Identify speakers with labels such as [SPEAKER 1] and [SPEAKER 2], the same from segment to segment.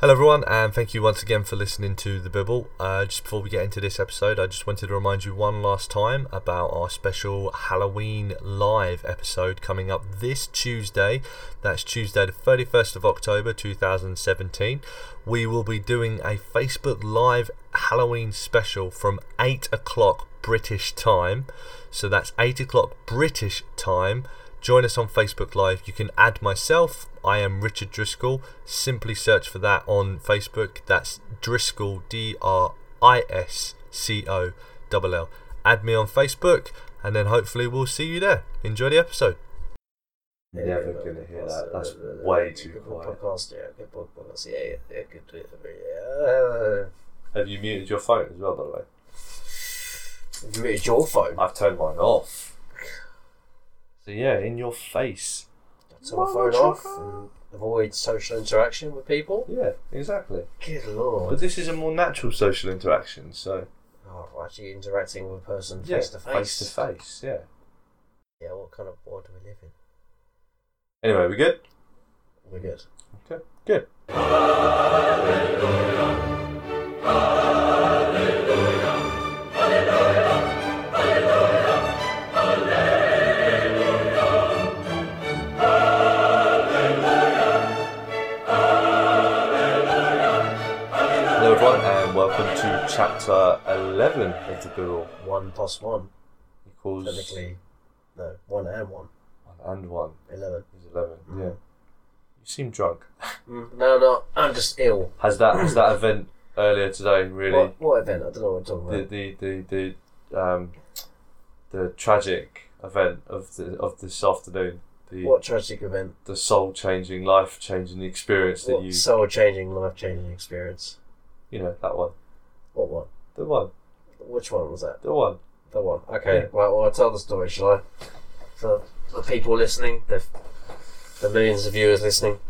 [SPEAKER 1] Hello, everyone, and thank you once again for listening to The Bibble. Uh, just before we get into this episode, I just wanted to remind you one last time about our special Halloween live episode coming up this Tuesday. That's Tuesday, the 31st of October 2017. We will be doing a Facebook Live Halloween special from 8 o'clock British time. So that's 8 o'clock British time join us on Facebook Live. You can add myself. I am Richard Driscoll. Simply search for that on Facebook. That's Driscoll, D R I S C O L L. Add me on Facebook, and then hopefully we'll see you there. Enjoy the episode.
[SPEAKER 2] They're never going to hear that. That's way too quiet.
[SPEAKER 3] Podcast, yeah, good podcast. Yeah, yeah, yeah, good do it every year.
[SPEAKER 2] Have you muted your phone as well, by the way?
[SPEAKER 3] You muted your phone.
[SPEAKER 2] I've turned mine off. So, yeah, in your face.
[SPEAKER 3] Turn my phone off. and Avoid social interaction with people.
[SPEAKER 2] Yeah, exactly.
[SPEAKER 3] Good lord.
[SPEAKER 2] But this is a more natural social interaction, so.
[SPEAKER 3] Oh, we're actually interacting with a person
[SPEAKER 2] yeah,
[SPEAKER 3] face to face.
[SPEAKER 2] Face to face, yeah.
[SPEAKER 3] Yeah, what kind of world do we live in?
[SPEAKER 2] Anyway, we good?
[SPEAKER 3] We're good.
[SPEAKER 2] Okay. Good. Hello, everyone, and welcome to chapter 11 of the Google.
[SPEAKER 3] One plus one,
[SPEAKER 2] Equals
[SPEAKER 3] technically. No, one and one.
[SPEAKER 2] one and one
[SPEAKER 3] Eleven.
[SPEAKER 2] is 11. Yeah.
[SPEAKER 3] Mm.
[SPEAKER 2] You seem drunk. Mm.
[SPEAKER 3] No, no, I'm just ill.
[SPEAKER 2] Has that has that event earlier today really
[SPEAKER 3] What, what event? I don't know what I'm talking about.
[SPEAKER 2] the the the the um the tragic event of the of this afternoon the
[SPEAKER 3] what tragic event?
[SPEAKER 2] the soul changing life changing experience that
[SPEAKER 3] What
[SPEAKER 2] you
[SPEAKER 3] soul changing, life changing experience?
[SPEAKER 2] you know that one
[SPEAKER 3] What one?
[SPEAKER 2] the one
[SPEAKER 3] Which one was that?
[SPEAKER 2] the one
[SPEAKER 3] The one. Okay.
[SPEAKER 2] Yeah.
[SPEAKER 3] Well, well, I'll tell the story, shall I? For the people listening, the, the millions of viewers listening,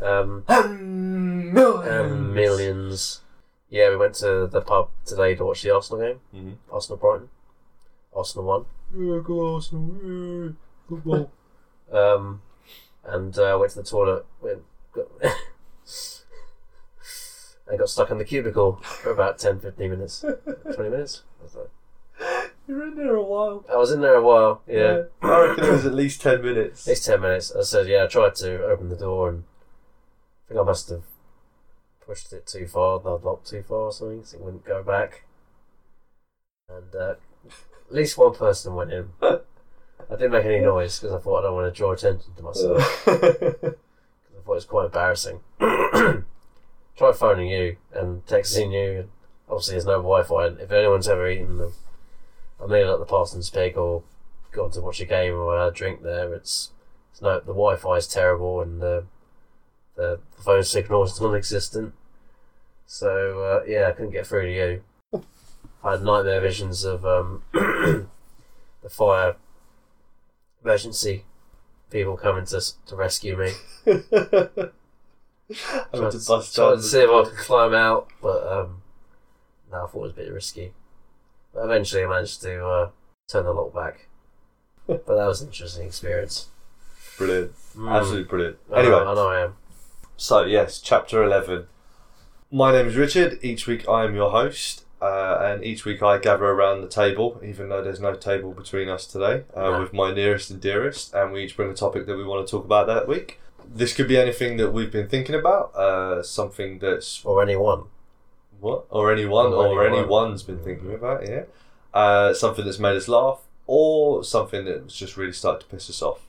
[SPEAKER 3] um, and millions. Yeah, we went to the pub today to watch the Arsenal game.
[SPEAKER 2] Mhm.
[SPEAKER 3] Arsenal Brighton. Arsenal won.
[SPEAKER 2] Yeah, go Arsenal, yeah, football.
[SPEAKER 3] Um, and uh, went to the toilet. Went, got, and got stuck in the cubicle for about 10, 15 minutes. 20 minutes? I was like-
[SPEAKER 2] you were in there a while
[SPEAKER 3] I was in there a while. yeah.
[SPEAKER 2] I reckon it was at least 10 minutes
[SPEAKER 3] It's ten minutes. I said, yeah, I tried to open the door and I think I must have pushed it too far, the lock too far or something, so it wouldn't go back. And uh, at least one person went in. I didn't make any noise because I thought I don't want to draw attention to myself. I thought it was quite embarrassing. Try phoning you and texting you. and Obviously, there's no Wi-Fi. And if anyone's ever eaten the, a meal at the Parsons Pig or gone to watch a game or had a drink there, it's, it's no the Wi-Fi is terrible and the the, the phone signal is non-existent. So uh, yeah, I couldn't get through to you. I had nightmare visions of um, the fire emergency people coming to s- to rescue me.
[SPEAKER 2] I
[SPEAKER 3] Tried
[SPEAKER 2] went
[SPEAKER 3] to,
[SPEAKER 2] to bust
[SPEAKER 3] tried
[SPEAKER 2] down
[SPEAKER 3] to
[SPEAKER 2] the-
[SPEAKER 3] see if I could climb out, but um, no, I thought it was a bit risky. But eventually, I managed to uh, turn the lock back. but that was an interesting experience.
[SPEAKER 2] brilliant
[SPEAKER 3] Mm.
[SPEAKER 2] absolutely brilliant
[SPEAKER 3] I know-
[SPEAKER 2] anyway
[SPEAKER 3] I know I am.
[SPEAKER 2] So, yes, chapter 11. My name is Richard. Each week I am your host, uh, and each week I gather around the table, even though there's no table between us today, uh,
[SPEAKER 3] No.
[SPEAKER 2] with my nearest and dearest, and we each bring a topic that we want to talk about that week. This could be anything that we've been thinking about, uh, something that's
[SPEAKER 3] Or anyone.
[SPEAKER 2] what, or anyone,
[SPEAKER 3] Or
[SPEAKER 2] or,
[SPEAKER 3] anyone.
[SPEAKER 2] anyone's been thinking about, yeah. Uh, something that's made us laugh, or something that's just really started to piss us off.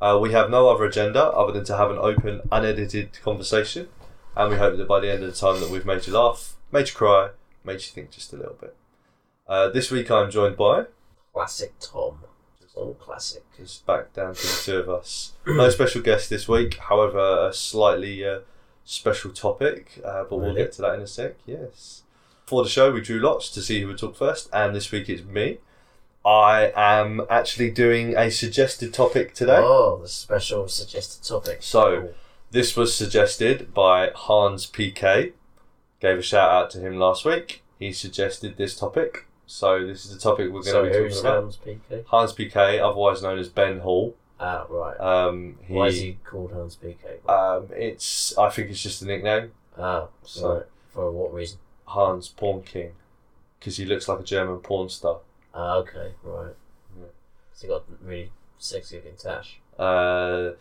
[SPEAKER 2] Uh, we have no other agenda other than to have an open, unedited conversation, and we hope that by the end of the time that we've made you laugh, made you cry, made you think just a little bit. Uh, this week I'm joined by,
[SPEAKER 3] Classic Tom. All classic.
[SPEAKER 2] just back down to the two of us. No special guest this week, however, a slightly uh, special topic, uh, but we'll
[SPEAKER 3] Really?
[SPEAKER 2] get to that in a sec, yes. For the show, we drew lots to see who would talk first, and this week it's me. I am actually doing a suggested topic today.
[SPEAKER 3] Oh, the special suggested topic.
[SPEAKER 2] So- This was suggested by Hans PK. Gave a shout out to him last week. He suggested this topic. So this is the topic we're going
[SPEAKER 3] so
[SPEAKER 2] to be
[SPEAKER 3] who
[SPEAKER 2] talking about.
[SPEAKER 3] sounds PK?
[SPEAKER 2] Hans PK, otherwise known as Ben Hall.
[SPEAKER 3] Ah, right.
[SPEAKER 2] Um, he, Uh,
[SPEAKER 3] Why is he called Hans PK?
[SPEAKER 2] Um, it's I think it's just a nickname.
[SPEAKER 3] Ah,
[SPEAKER 2] So-
[SPEAKER 3] right. For what reason?
[SPEAKER 2] Hans Porn King, because he looks like a German porn star.
[SPEAKER 3] Ah, okay, right.
[SPEAKER 2] Yeah.
[SPEAKER 3] So he got really sexy looking tash.
[SPEAKER 2] Uh,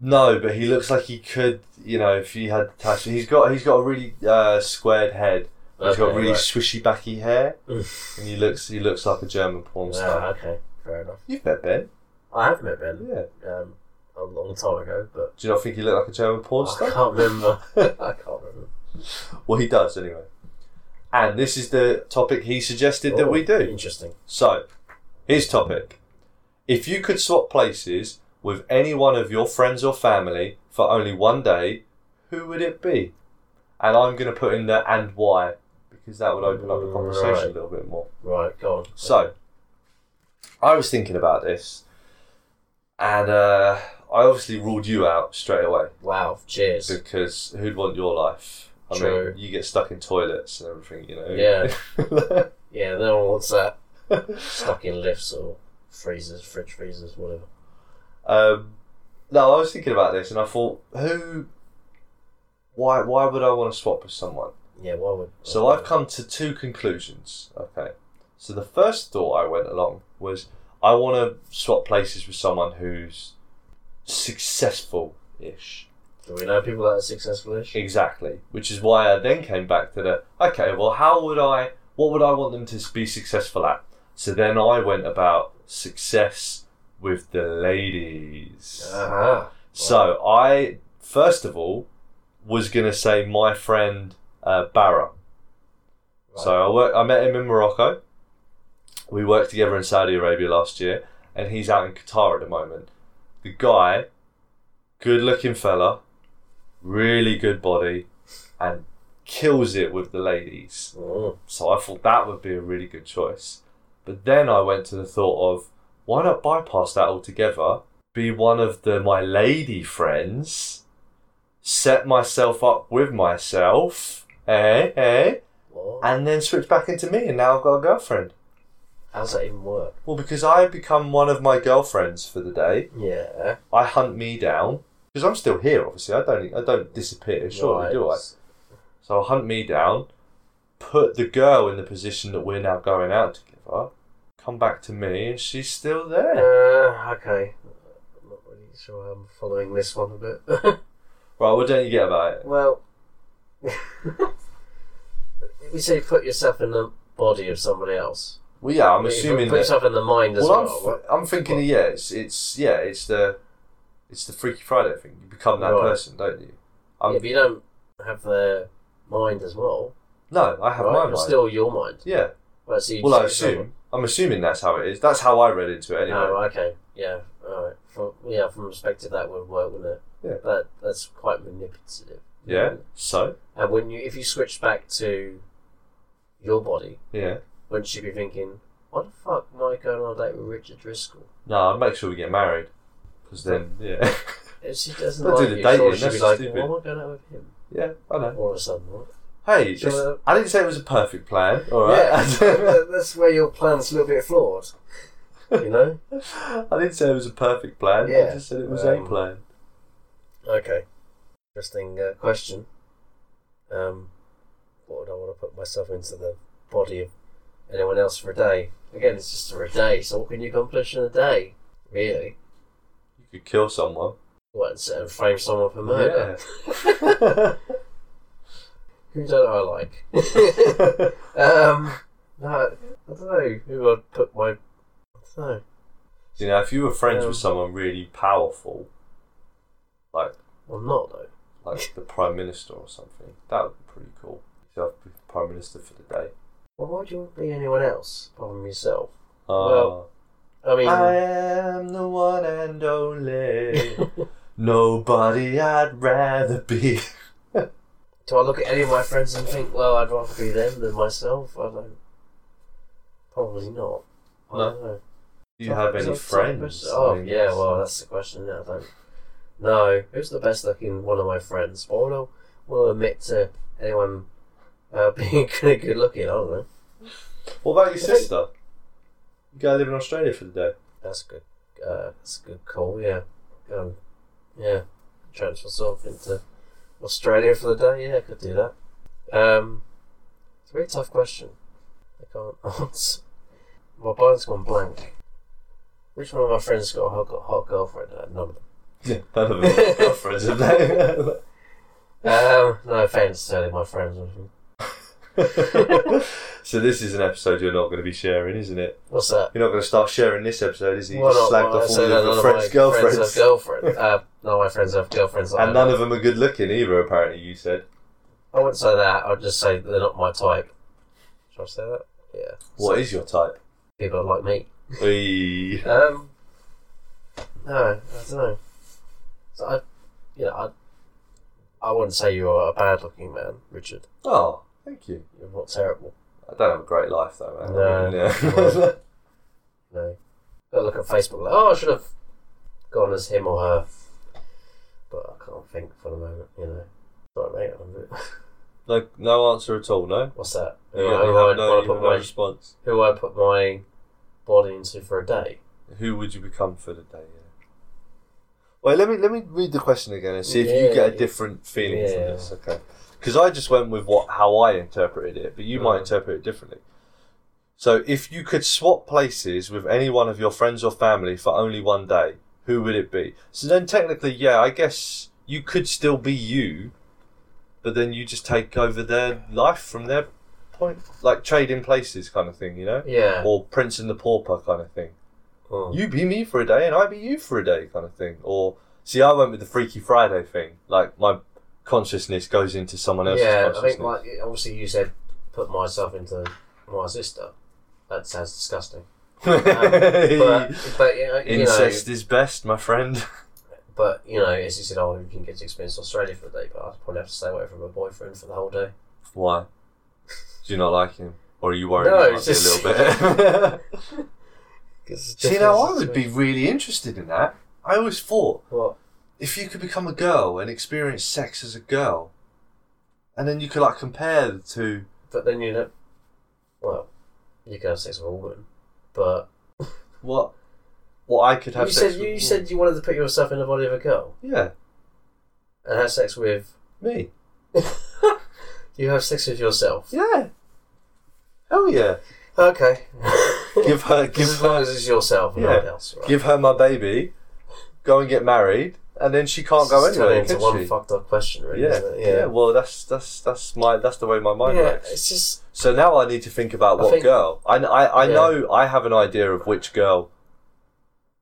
[SPEAKER 2] no, but he looks like he could. You know, if he had the tash, he's got he's got a really uh, squared head. He's got
[SPEAKER 3] Okay,
[SPEAKER 2] really
[SPEAKER 3] right.
[SPEAKER 2] swishy backy hair,
[SPEAKER 3] Oof.
[SPEAKER 2] and he looks he looks like a German porn
[SPEAKER 3] Ah,
[SPEAKER 2] star.
[SPEAKER 3] okay, fair enough.
[SPEAKER 2] You've met Ben,
[SPEAKER 3] I have met Ben
[SPEAKER 2] yeah.
[SPEAKER 3] um, a long time ago, but
[SPEAKER 2] Do you not think he looked like a German porn
[SPEAKER 3] I
[SPEAKER 2] star?
[SPEAKER 3] can't remember. I can't remember.
[SPEAKER 2] Well, he does anyway. And this is the topic he suggested that
[SPEAKER 3] Oh,
[SPEAKER 2] we do.
[SPEAKER 3] Interesting.
[SPEAKER 2] So, his topic. If you could swap places with any one of your friends or family for only one day, who would it be? And I'm going to put in the and why because that would open up the conversation a
[SPEAKER 3] Right.
[SPEAKER 2] little bit more.
[SPEAKER 3] Right, go on.
[SPEAKER 2] So, I was thinking about this and uh, I obviously ruled you out straight away
[SPEAKER 3] Wow, cheers.
[SPEAKER 2] because who'd want your life? I
[SPEAKER 3] True.
[SPEAKER 2] mean, you get stuck in toilets and everything, you know.
[SPEAKER 3] Yeah.
[SPEAKER 2] Yeah.
[SPEAKER 3] Yeah, no one wants that. Stuck in lifts or freezers, fridge freezers, whatever.
[SPEAKER 2] Um, no, I was thinking about this, and I thought, who, why, why would I want to swap with someone?
[SPEAKER 3] Yeah, why would.
[SPEAKER 2] So I've come to two conclusions. Okay, so the first thought I went along was I want to swap places with someone who's successful-ish.
[SPEAKER 3] Do we know people that are successful ish?
[SPEAKER 2] Exactly, which is why I then came back to the okay. Well, how would I? What would I want them to be successful at? So then I went about success with the ladies.
[SPEAKER 3] Uh-huh.
[SPEAKER 2] So I first of all was gonna say my friend uh, Barra. So I work. I met him in Morocco. We worked together in Saudi Arabia last year, and he's out in Qatar at the moment. The guy, good looking fella, really good body, and kills it with the ladies.
[SPEAKER 3] Mm.
[SPEAKER 2] So I thought that would be a really good choice. But then I went to the thought of why not bypass that altogether? Be one of the my lady friends, set myself up with myself, eh, eh,
[SPEAKER 3] What?
[SPEAKER 2] and then switch back into me, and now I've got a girlfriend.
[SPEAKER 3] How's that even work?
[SPEAKER 2] Well, because I become one of my girlfriends for the day,
[SPEAKER 3] Yeah.
[SPEAKER 2] I hunt me down because I'm still here. Obviously, I don't I don't disappear. Surely,
[SPEAKER 3] right.
[SPEAKER 2] do I? So hunt me down, put the girl in the position that we're now going out together, come back to me, and she's still there.
[SPEAKER 3] Uh, okay. I'm not really sure I'm following this one a bit.
[SPEAKER 2] Right, what don't you get about it?
[SPEAKER 3] well, we say put yourself in the body of somebody else.
[SPEAKER 2] Well, yeah, I'm
[SPEAKER 3] Put-
[SPEAKER 2] assuming
[SPEAKER 3] Put
[SPEAKER 2] that.
[SPEAKER 3] yourself in the mind as
[SPEAKER 2] Well,
[SPEAKER 3] well.
[SPEAKER 2] I'm, th- I'm thinking, yeah, it's, it's yeah, it's the, it's the Freaky Friday thing. You become that
[SPEAKER 3] Right.
[SPEAKER 2] person, don't you? I'm,
[SPEAKER 3] yeah, but you don't have their mind as well.
[SPEAKER 2] No, I have
[SPEAKER 3] right?
[SPEAKER 2] my
[SPEAKER 3] You're
[SPEAKER 2] mind.
[SPEAKER 3] still your mind.
[SPEAKER 2] yeah.
[SPEAKER 3] Right, so you
[SPEAKER 2] Well, I
[SPEAKER 3] just get someone-
[SPEAKER 2] assume. I'm assuming that's how it is. That's how I read into it anyway.
[SPEAKER 3] Oh, okay. Yeah. All right. From, yeah, from perspective, that would work, wouldn't it?
[SPEAKER 2] Yeah.
[SPEAKER 3] That that's quite manipulative.
[SPEAKER 2] Yeah. So.
[SPEAKER 3] And when you, if you switch back to your body,
[SPEAKER 2] Yeah.
[SPEAKER 3] wouldn't you be thinking, "Why the fuck am I going on a date with Richard Driscoll?"
[SPEAKER 2] No, I'd make sure we get married, because then, yeah,
[SPEAKER 3] If she doesn't
[SPEAKER 2] Don't do
[SPEAKER 3] like
[SPEAKER 2] the
[SPEAKER 3] you,
[SPEAKER 2] dating,
[SPEAKER 3] surely she'd
[SPEAKER 2] that's
[SPEAKER 3] be like,
[SPEAKER 2] stupid.
[SPEAKER 3] "Why am I going out with him?"
[SPEAKER 2] yeah, I know.
[SPEAKER 3] All of a sudden, right?
[SPEAKER 2] Hey,
[SPEAKER 3] Shall
[SPEAKER 2] it's-
[SPEAKER 3] we-
[SPEAKER 2] I didn't say it was a perfect plan. All right.
[SPEAKER 3] uh, Yeah, that's where your plan's a little bit flawed. You know.
[SPEAKER 2] I didn't say it was a perfect plan. I
[SPEAKER 3] Yeah.
[SPEAKER 2] just said it was a
[SPEAKER 3] Um,
[SPEAKER 2] plan.
[SPEAKER 3] Okay. Interesting uh, question. Um, what would I want to put myself into the body of anyone else for a day? Again, it's just for a day, so what can you accomplish in a day? Really?
[SPEAKER 2] You could kill someone.
[SPEAKER 3] What, and sit and frame someone for murder?
[SPEAKER 2] Yeah.
[SPEAKER 3] Who don't I like? um, no, I don't know who I'd put my. I don't know.
[SPEAKER 2] you know, if you were friends
[SPEAKER 3] Um,
[SPEAKER 2] with someone really powerful, like
[SPEAKER 3] I'm not, though.
[SPEAKER 2] like the prime minister or something, that would be pretty cool. So I'd be prime minister for the day.
[SPEAKER 3] Well, why would you want to be anyone else apart from yourself?
[SPEAKER 2] Uh,
[SPEAKER 3] Well, I mean,
[SPEAKER 2] I am the one and only. Nobody I'd rather be.
[SPEAKER 3] Do I look at any of my friends and think, well, I'd rather be them than myself? I don't. Probably not. I
[SPEAKER 2] No.
[SPEAKER 3] don't know.
[SPEAKER 2] Do you have any
[SPEAKER 3] Is that- is that the
[SPEAKER 2] friends?
[SPEAKER 3] question? Oh,
[SPEAKER 2] I mean,
[SPEAKER 3] yeah, well, that's the question now. I don't. No, who's the best looking one of my friends? Why would I want to admit to anyone uh, being good good looking? I don't know.
[SPEAKER 2] What about your
[SPEAKER 3] I think-
[SPEAKER 2] sister? You gotta live in Australia for the day.
[SPEAKER 3] That's a good. Uh, that's a good call. Yeah. Um, yeah. Transfer myself into Australia for the day? Yeah, I could do that. Um, it's a really tough question. I can't answer. My mind's gone blank. Which one of my friends got a hot, got a hot girlfriend? Uh, none of them.
[SPEAKER 2] None of them are girlfriends, have they?
[SPEAKER 3] Um, no offense to any of my friends.
[SPEAKER 2] so this is an episode you're not going to be sharing, isn't it?
[SPEAKER 3] What's that?
[SPEAKER 2] You're not going to start sharing this episode, is it? You
[SPEAKER 3] Why
[SPEAKER 2] just
[SPEAKER 3] not?
[SPEAKER 2] slagged
[SPEAKER 3] Why
[SPEAKER 2] off
[SPEAKER 3] say
[SPEAKER 2] all your
[SPEAKER 3] that none
[SPEAKER 2] other
[SPEAKER 3] of
[SPEAKER 2] friends'
[SPEAKER 3] my friends
[SPEAKER 2] girlfriends.
[SPEAKER 3] have girlfriends. Uh, none of my friends have girlfriends. that I
[SPEAKER 2] And none
[SPEAKER 3] know.
[SPEAKER 2] of them are good looking either, apparently, you said.
[SPEAKER 3] I wouldn't say that. I'd just say they're not my type. Should I say that? Yeah.
[SPEAKER 2] What is your type?
[SPEAKER 3] People are like me.
[SPEAKER 2] Eee.
[SPEAKER 3] Um. No, I don't know. So I, you know, I, I wouldn't say you're a bad-looking man, Richard.
[SPEAKER 2] Oh, thank you.
[SPEAKER 3] You're not terrible.
[SPEAKER 2] I don't have a great life, though, man.
[SPEAKER 3] No.
[SPEAKER 2] Yeah.
[SPEAKER 3] No. Got to look at Facebook. Like, oh, I should have gone as him or her, but I can't think for the moment. You know. Sorry, mate. I'm a bit-
[SPEAKER 2] no, no answer at all, no?
[SPEAKER 3] What's that?
[SPEAKER 2] You
[SPEAKER 3] Who,
[SPEAKER 2] have
[SPEAKER 3] who
[SPEAKER 2] no,
[SPEAKER 3] I'd wanna
[SPEAKER 2] you
[SPEAKER 3] put
[SPEAKER 2] have no
[SPEAKER 3] my
[SPEAKER 2] response.
[SPEAKER 3] who I put my body into for a day.
[SPEAKER 2] Who would you become for the day? Yeah. Well, let me let me read the question again and see if you
[SPEAKER 3] Yeah.
[SPEAKER 2] get a different feeling from
[SPEAKER 3] Yeah.
[SPEAKER 2] this. Okay. Because I just went with what how I interpreted it, but you might
[SPEAKER 3] Mm.
[SPEAKER 2] interpret it differently. So, if you could swap places with any one of your friends or family for only one day, who would it be? So then, technically, yeah, I guess you could still be you, but then you just take over their life from their point, like trading places kind of thing, you know,
[SPEAKER 3] Yeah.
[SPEAKER 2] or Prince and the Pauper kind of thing
[SPEAKER 3] Mm.
[SPEAKER 2] you be me for a day and I be you for a day kind of thing. Or see, I went with the Freaky Friday thing. Like my consciousness goes into someone else's
[SPEAKER 3] Yeah, I
[SPEAKER 2] consciousness.
[SPEAKER 3] think like obviously you said put myself into my sister. That sounds disgusting. Um, But but you know, you know
[SPEAKER 2] Incest is best, my friend.
[SPEAKER 3] but you know, as you said, oh you can get to experience Australia for a day, but I'd probably have to stay away from my boyfriend for the whole day.
[SPEAKER 2] Why? Do you not like him, or are you worried
[SPEAKER 3] No,
[SPEAKER 2] about it
[SPEAKER 3] it's
[SPEAKER 2] a little bit? see, now I would be
[SPEAKER 3] Different
[SPEAKER 2] really interested in that. I always thought
[SPEAKER 3] what?
[SPEAKER 2] if you could become a girl and experience sex as a girl, and then you could like compare the two.
[SPEAKER 3] But then you know well, you can have sex with a woman. But
[SPEAKER 2] What? What I could have
[SPEAKER 3] you
[SPEAKER 2] sex
[SPEAKER 3] said
[SPEAKER 2] with
[SPEAKER 3] you
[SPEAKER 2] a
[SPEAKER 3] said you wanted to put yourself in the body of a girl
[SPEAKER 2] woman. Yeah,
[SPEAKER 3] and have sex with
[SPEAKER 2] me.
[SPEAKER 3] you have sex with yourself.
[SPEAKER 2] Yeah. Hell yeah.
[SPEAKER 3] Okay.
[SPEAKER 2] Give her give
[SPEAKER 3] as long as it's yourself and no
[SPEAKER 2] Yeah.
[SPEAKER 3] one else, right?
[SPEAKER 2] give her my baby, go and get married, and then she can't go
[SPEAKER 3] It's turning
[SPEAKER 2] anywhere.
[SPEAKER 3] into
[SPEAKER 2] Can
[SPEAKER 3] one
[SPEAKER 2] she?
[SPEAKER 3] fucked up question, really.
[SPEAKER 2] yeah.
[SPEAKER 3] Isn't it?
[SPEAKER 2] yeah. Well that's that's that's my that's the way my mind
[SPEAKER 3] Yeah,
[SPEAKER 2] works.
[SPEAKER 3] it's just
[SPEAKER 2] So now I need to think about
[SPEAKER 3] I
[SPEAKER 2] what
[SPEAKER 3] think-
[SPEAKER 2] girl. I, I, I
[SPEAKER 3] Yeah.
[SPEAKER 2] know I have an idea of which girl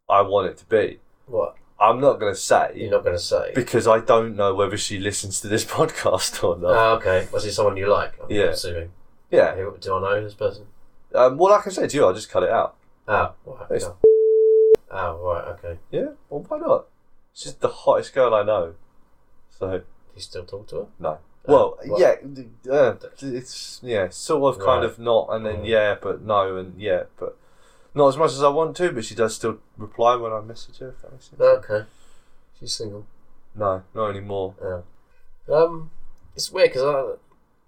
[SPEAKER 2] I want it to be.
[SPEAKER 3] what
[SPEAKER 2] I'm not gonna say
[SPEAKER 3] you're not going to say.
[SPEAKER 2] because I don't know whether she listens to this podcast or not.
[SPEAKER 3] Ah, okay. Was it someone you like? I'm
[SPEAKER 2] Yeah.
[SPEAKER 3] Assuming.
[SPEAKER 2] yeah.
[SPEAKER 3] Who- Do I know this person?
[SPEAKER 2] Um, well, like I said to you, I'll just cut it out.
[SPEAKER 3] Oh, right.
[SPEAKER 2] It's-
[SPEAKER 3] yeah. Oh, right. Okay.
[SPEAKER 2] Yeah. Well, why not? She's the hottest girl I know. So.
[SPEAKER 3] Do you still talk to her?
[SPEAKER 2] No. Well,
[SPEAKER 3] Uh, well-
[SPEAKER 2] yeah, d- uh, it's yeah, sort of, kind
[SPEAKER 3] Right.
[SPEAKER 2] of not, and then
[SPEAKER 3] Mm.
[SPEAKER 2] yeah, but no, and yeah, but not as much as I want to. But she does still reply when I message her. If that makes sense.
[SPEAKER 3] Okay. She's single.
[SPEAKER 2] No, not anymore.
[SPEAKER 3] Yeah. Um, it's weird because I,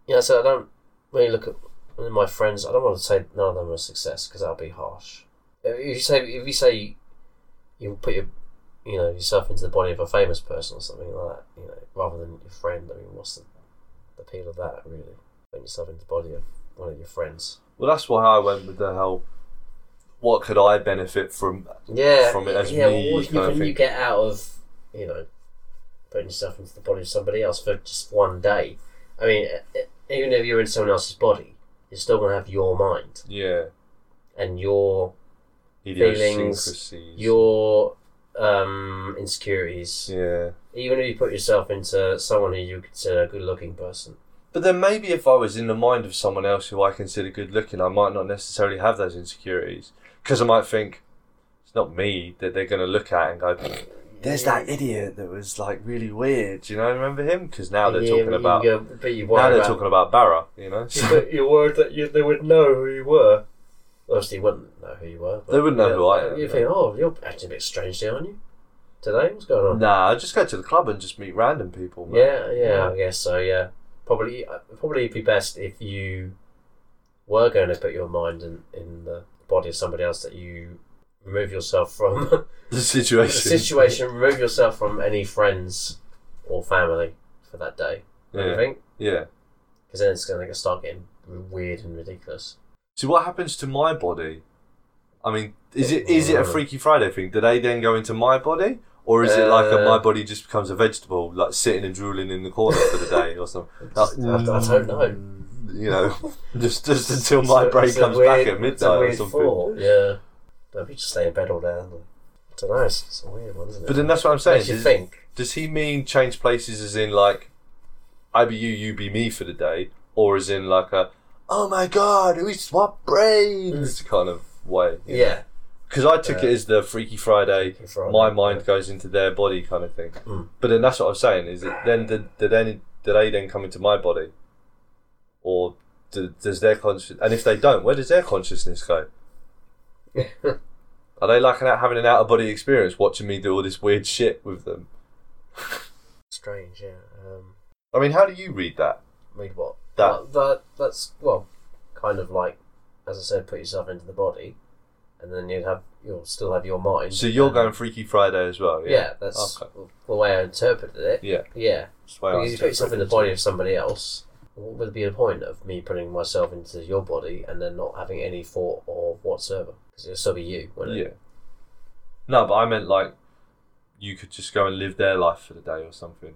[SPEAKER 3] you know, so I don't really look at one of my friends. I don't want to say none of them are a success because that'll be harsh. If you say if you say you put your you know yourself into the body of a famous person or something like that, you know, rather than your friend. I mean, what's the the appeal of that really? Putting yourself into the body of one of your friends.
[SPEAKER 2] Well, that's why I went with the whole. What could I benefit from?
[SPEAKER 3] Yeah.
[SPEAKER 2] From it as
[SPEAKER 3] yeah.
[SPEAKER 2] me
[SPEAKER 3] what
[SPEAKER 2] kind of
[SPEAKER 3] can you
[SPEAKER 2] thing.
[SPEAKER 3] get out of you know putting yourself into the body of somebody else for just one day? I mean, e- e- even if you're in someone else's body, you're still gonna have your mind
[SPEAKER 2] Yeah,
[SPEAKER 3] and your Feelings,
[SPEAKER 2] idiosyncrasies.
[SPEAKER 3] your um, insecurities.
[SPEAKER 2] yeah.
[SPEAKER 3] Even if you put yourself into someone who you consider a good-looking person.
[SPEAKER 2] But then maybe if I was in the mind of someone else who I consider good looking, I might not necessarily have those insecurities because I might think it's not me that they're going to look at and go. There's that idiot that was like really weird. You know, remember him? Because now they're
[SPEAKER 3] Yeah,
[SPEAKER 2] talking
[SPEAKER 3] you
[SPEAKER 2] about
[SPEAKER 3] go- but you
[SPEAKER 2] now
[SPEAKER 3] worry
[SPEAKER 2] they're
[SPEAKER 3] about
[SPEAKER 2] talking about Barra. You know,
[SPEAKER 3] You bet You're worried that you, they would know who you were. Obviously, you wouldn't know who you were. but-
[SPEAKER 2] They wouldn't know who I am,
[SPEAKER 3] You
[SPEAKER 2] no.
[SPEAKER 3] think, oh, you're acting a bit strange today, aren't you? Today, what's going on?
[SPEAKER 2] nah, I just go to the club and just meet random people. Man.
[SPEAKER 3] Yeah, yeah, I guess so. Yeah, probably, uh, probably it'd be best if you were going to put your mind in, in the body of somebody else that you remove yourself from
[SPEAKER 2] the
[SPEAKER 3] the
[SPEAKER 2] situation.
[SPEAKER 3] situation, remove yourself from any friends or family for that day. I
[SPEAKER 2] Yeah.
[SPEAKER 3] think
[SPEAKER 2] Yeah.
[SPEAKER 3] because then it's going to start getting weird and ridiculous.
[SPEAKER 2] So what happens to my body? I mean, is it is
[SPEAKER 3] Uh,
[SPEAKER 2] it a Freaky Friday thing? Do they then go into my body, or is it like a,
[SPEAKER 3] Uh,
[SPEAKER 2] my body just becomes a vegetable, like sitting and drooling in the corner for the day or something? Mm,
[SPEAKER 3] It's- I, I don't know.
[SPEAKER 2] You know, just just until my
[SPEAKER 3] It's a-
[SPEAKER 2] brain
[SPEAKER 3] it's a
[SPEAKER 2] comes
[SPEAKER 3] weird-
[SPEAKER 2] back at
[SPEAKER 3] it's a
[SPEAKER 2] midnight or
[SPEAKER 3] weird
[SPEAKER 2] something.
[SPEAKER 3] thought, Yeah, they'll be just stay in bed all day. aren't they? I don't know. It's, it's a weird one, isn't it?
[SPEAKER 2] But then that's what I'm saying.
[SPEAKER 3] Makes you
[SPEAKER 2] is-
[SPEAKER 3] think.
[SPEAKER 2] Does he mean change places as in like I be you, you be me for the day, or as in like a oh my god, we swap
[SPEAKER 3] Mm.
[SPEAKER 2] brains kind of way?
[SPEAKER 3] Yeah.
[SPEAKER 2] Because I took it as the Freaky Friday,
[SPEAKER 3] Freaky Friday,
[SPEAKER 2] my mind goes into their body kind of thing.
[SPEAKER 3] Mm.
[SPEAKER 2] But then that's what I'm saying is it then did, did, any, did they then come into my body, or do, does their conscious? And if they don't, where does their consciousness go? Are they like an, out- having an out of body experience, watching me do all this weird shit with them?
[SPEAKER 3] Strange. Yeah. Um,
[SPEAKER 2] I mean, how do you read that?
[SPEAKER 3] read what?
[SPEAKER 2] That-
[SPEAKER 3] that that that's well, kind of like as I said, put yourself into the body, and then you'd have you'll still have your mind.
[SPEAKER 2] So you're
[SPEAKER 3] and-
[SPEAKER 2] going Freaky Friday as well?
[SPEAKER 3] Yeah,
[SPEAKER 2] Yeah,
[SPEAKER 3] that's
[SPEAKER 2] Okay.
[SPEAKER 3] the way I interpreted it.
[SPEAKER 2] Yeah.
[SPEAKER 3] Yeah.
[SPEAKER 2] That's the way I
[SPEAKER 3] because you put yourself in the
[SPEAKER 2] interpret
[SPEAKER 3] body of somebody else. What would be the point of me putting myself into your body and then not having any thought or whatsoever? Because it'll still be you,
[SPEAKER 2] it.
[SPEAKER 3] wouldn't it?
[SPEAKER 2] Yeah. No, but I meant like you could just go and live their life for the day or something.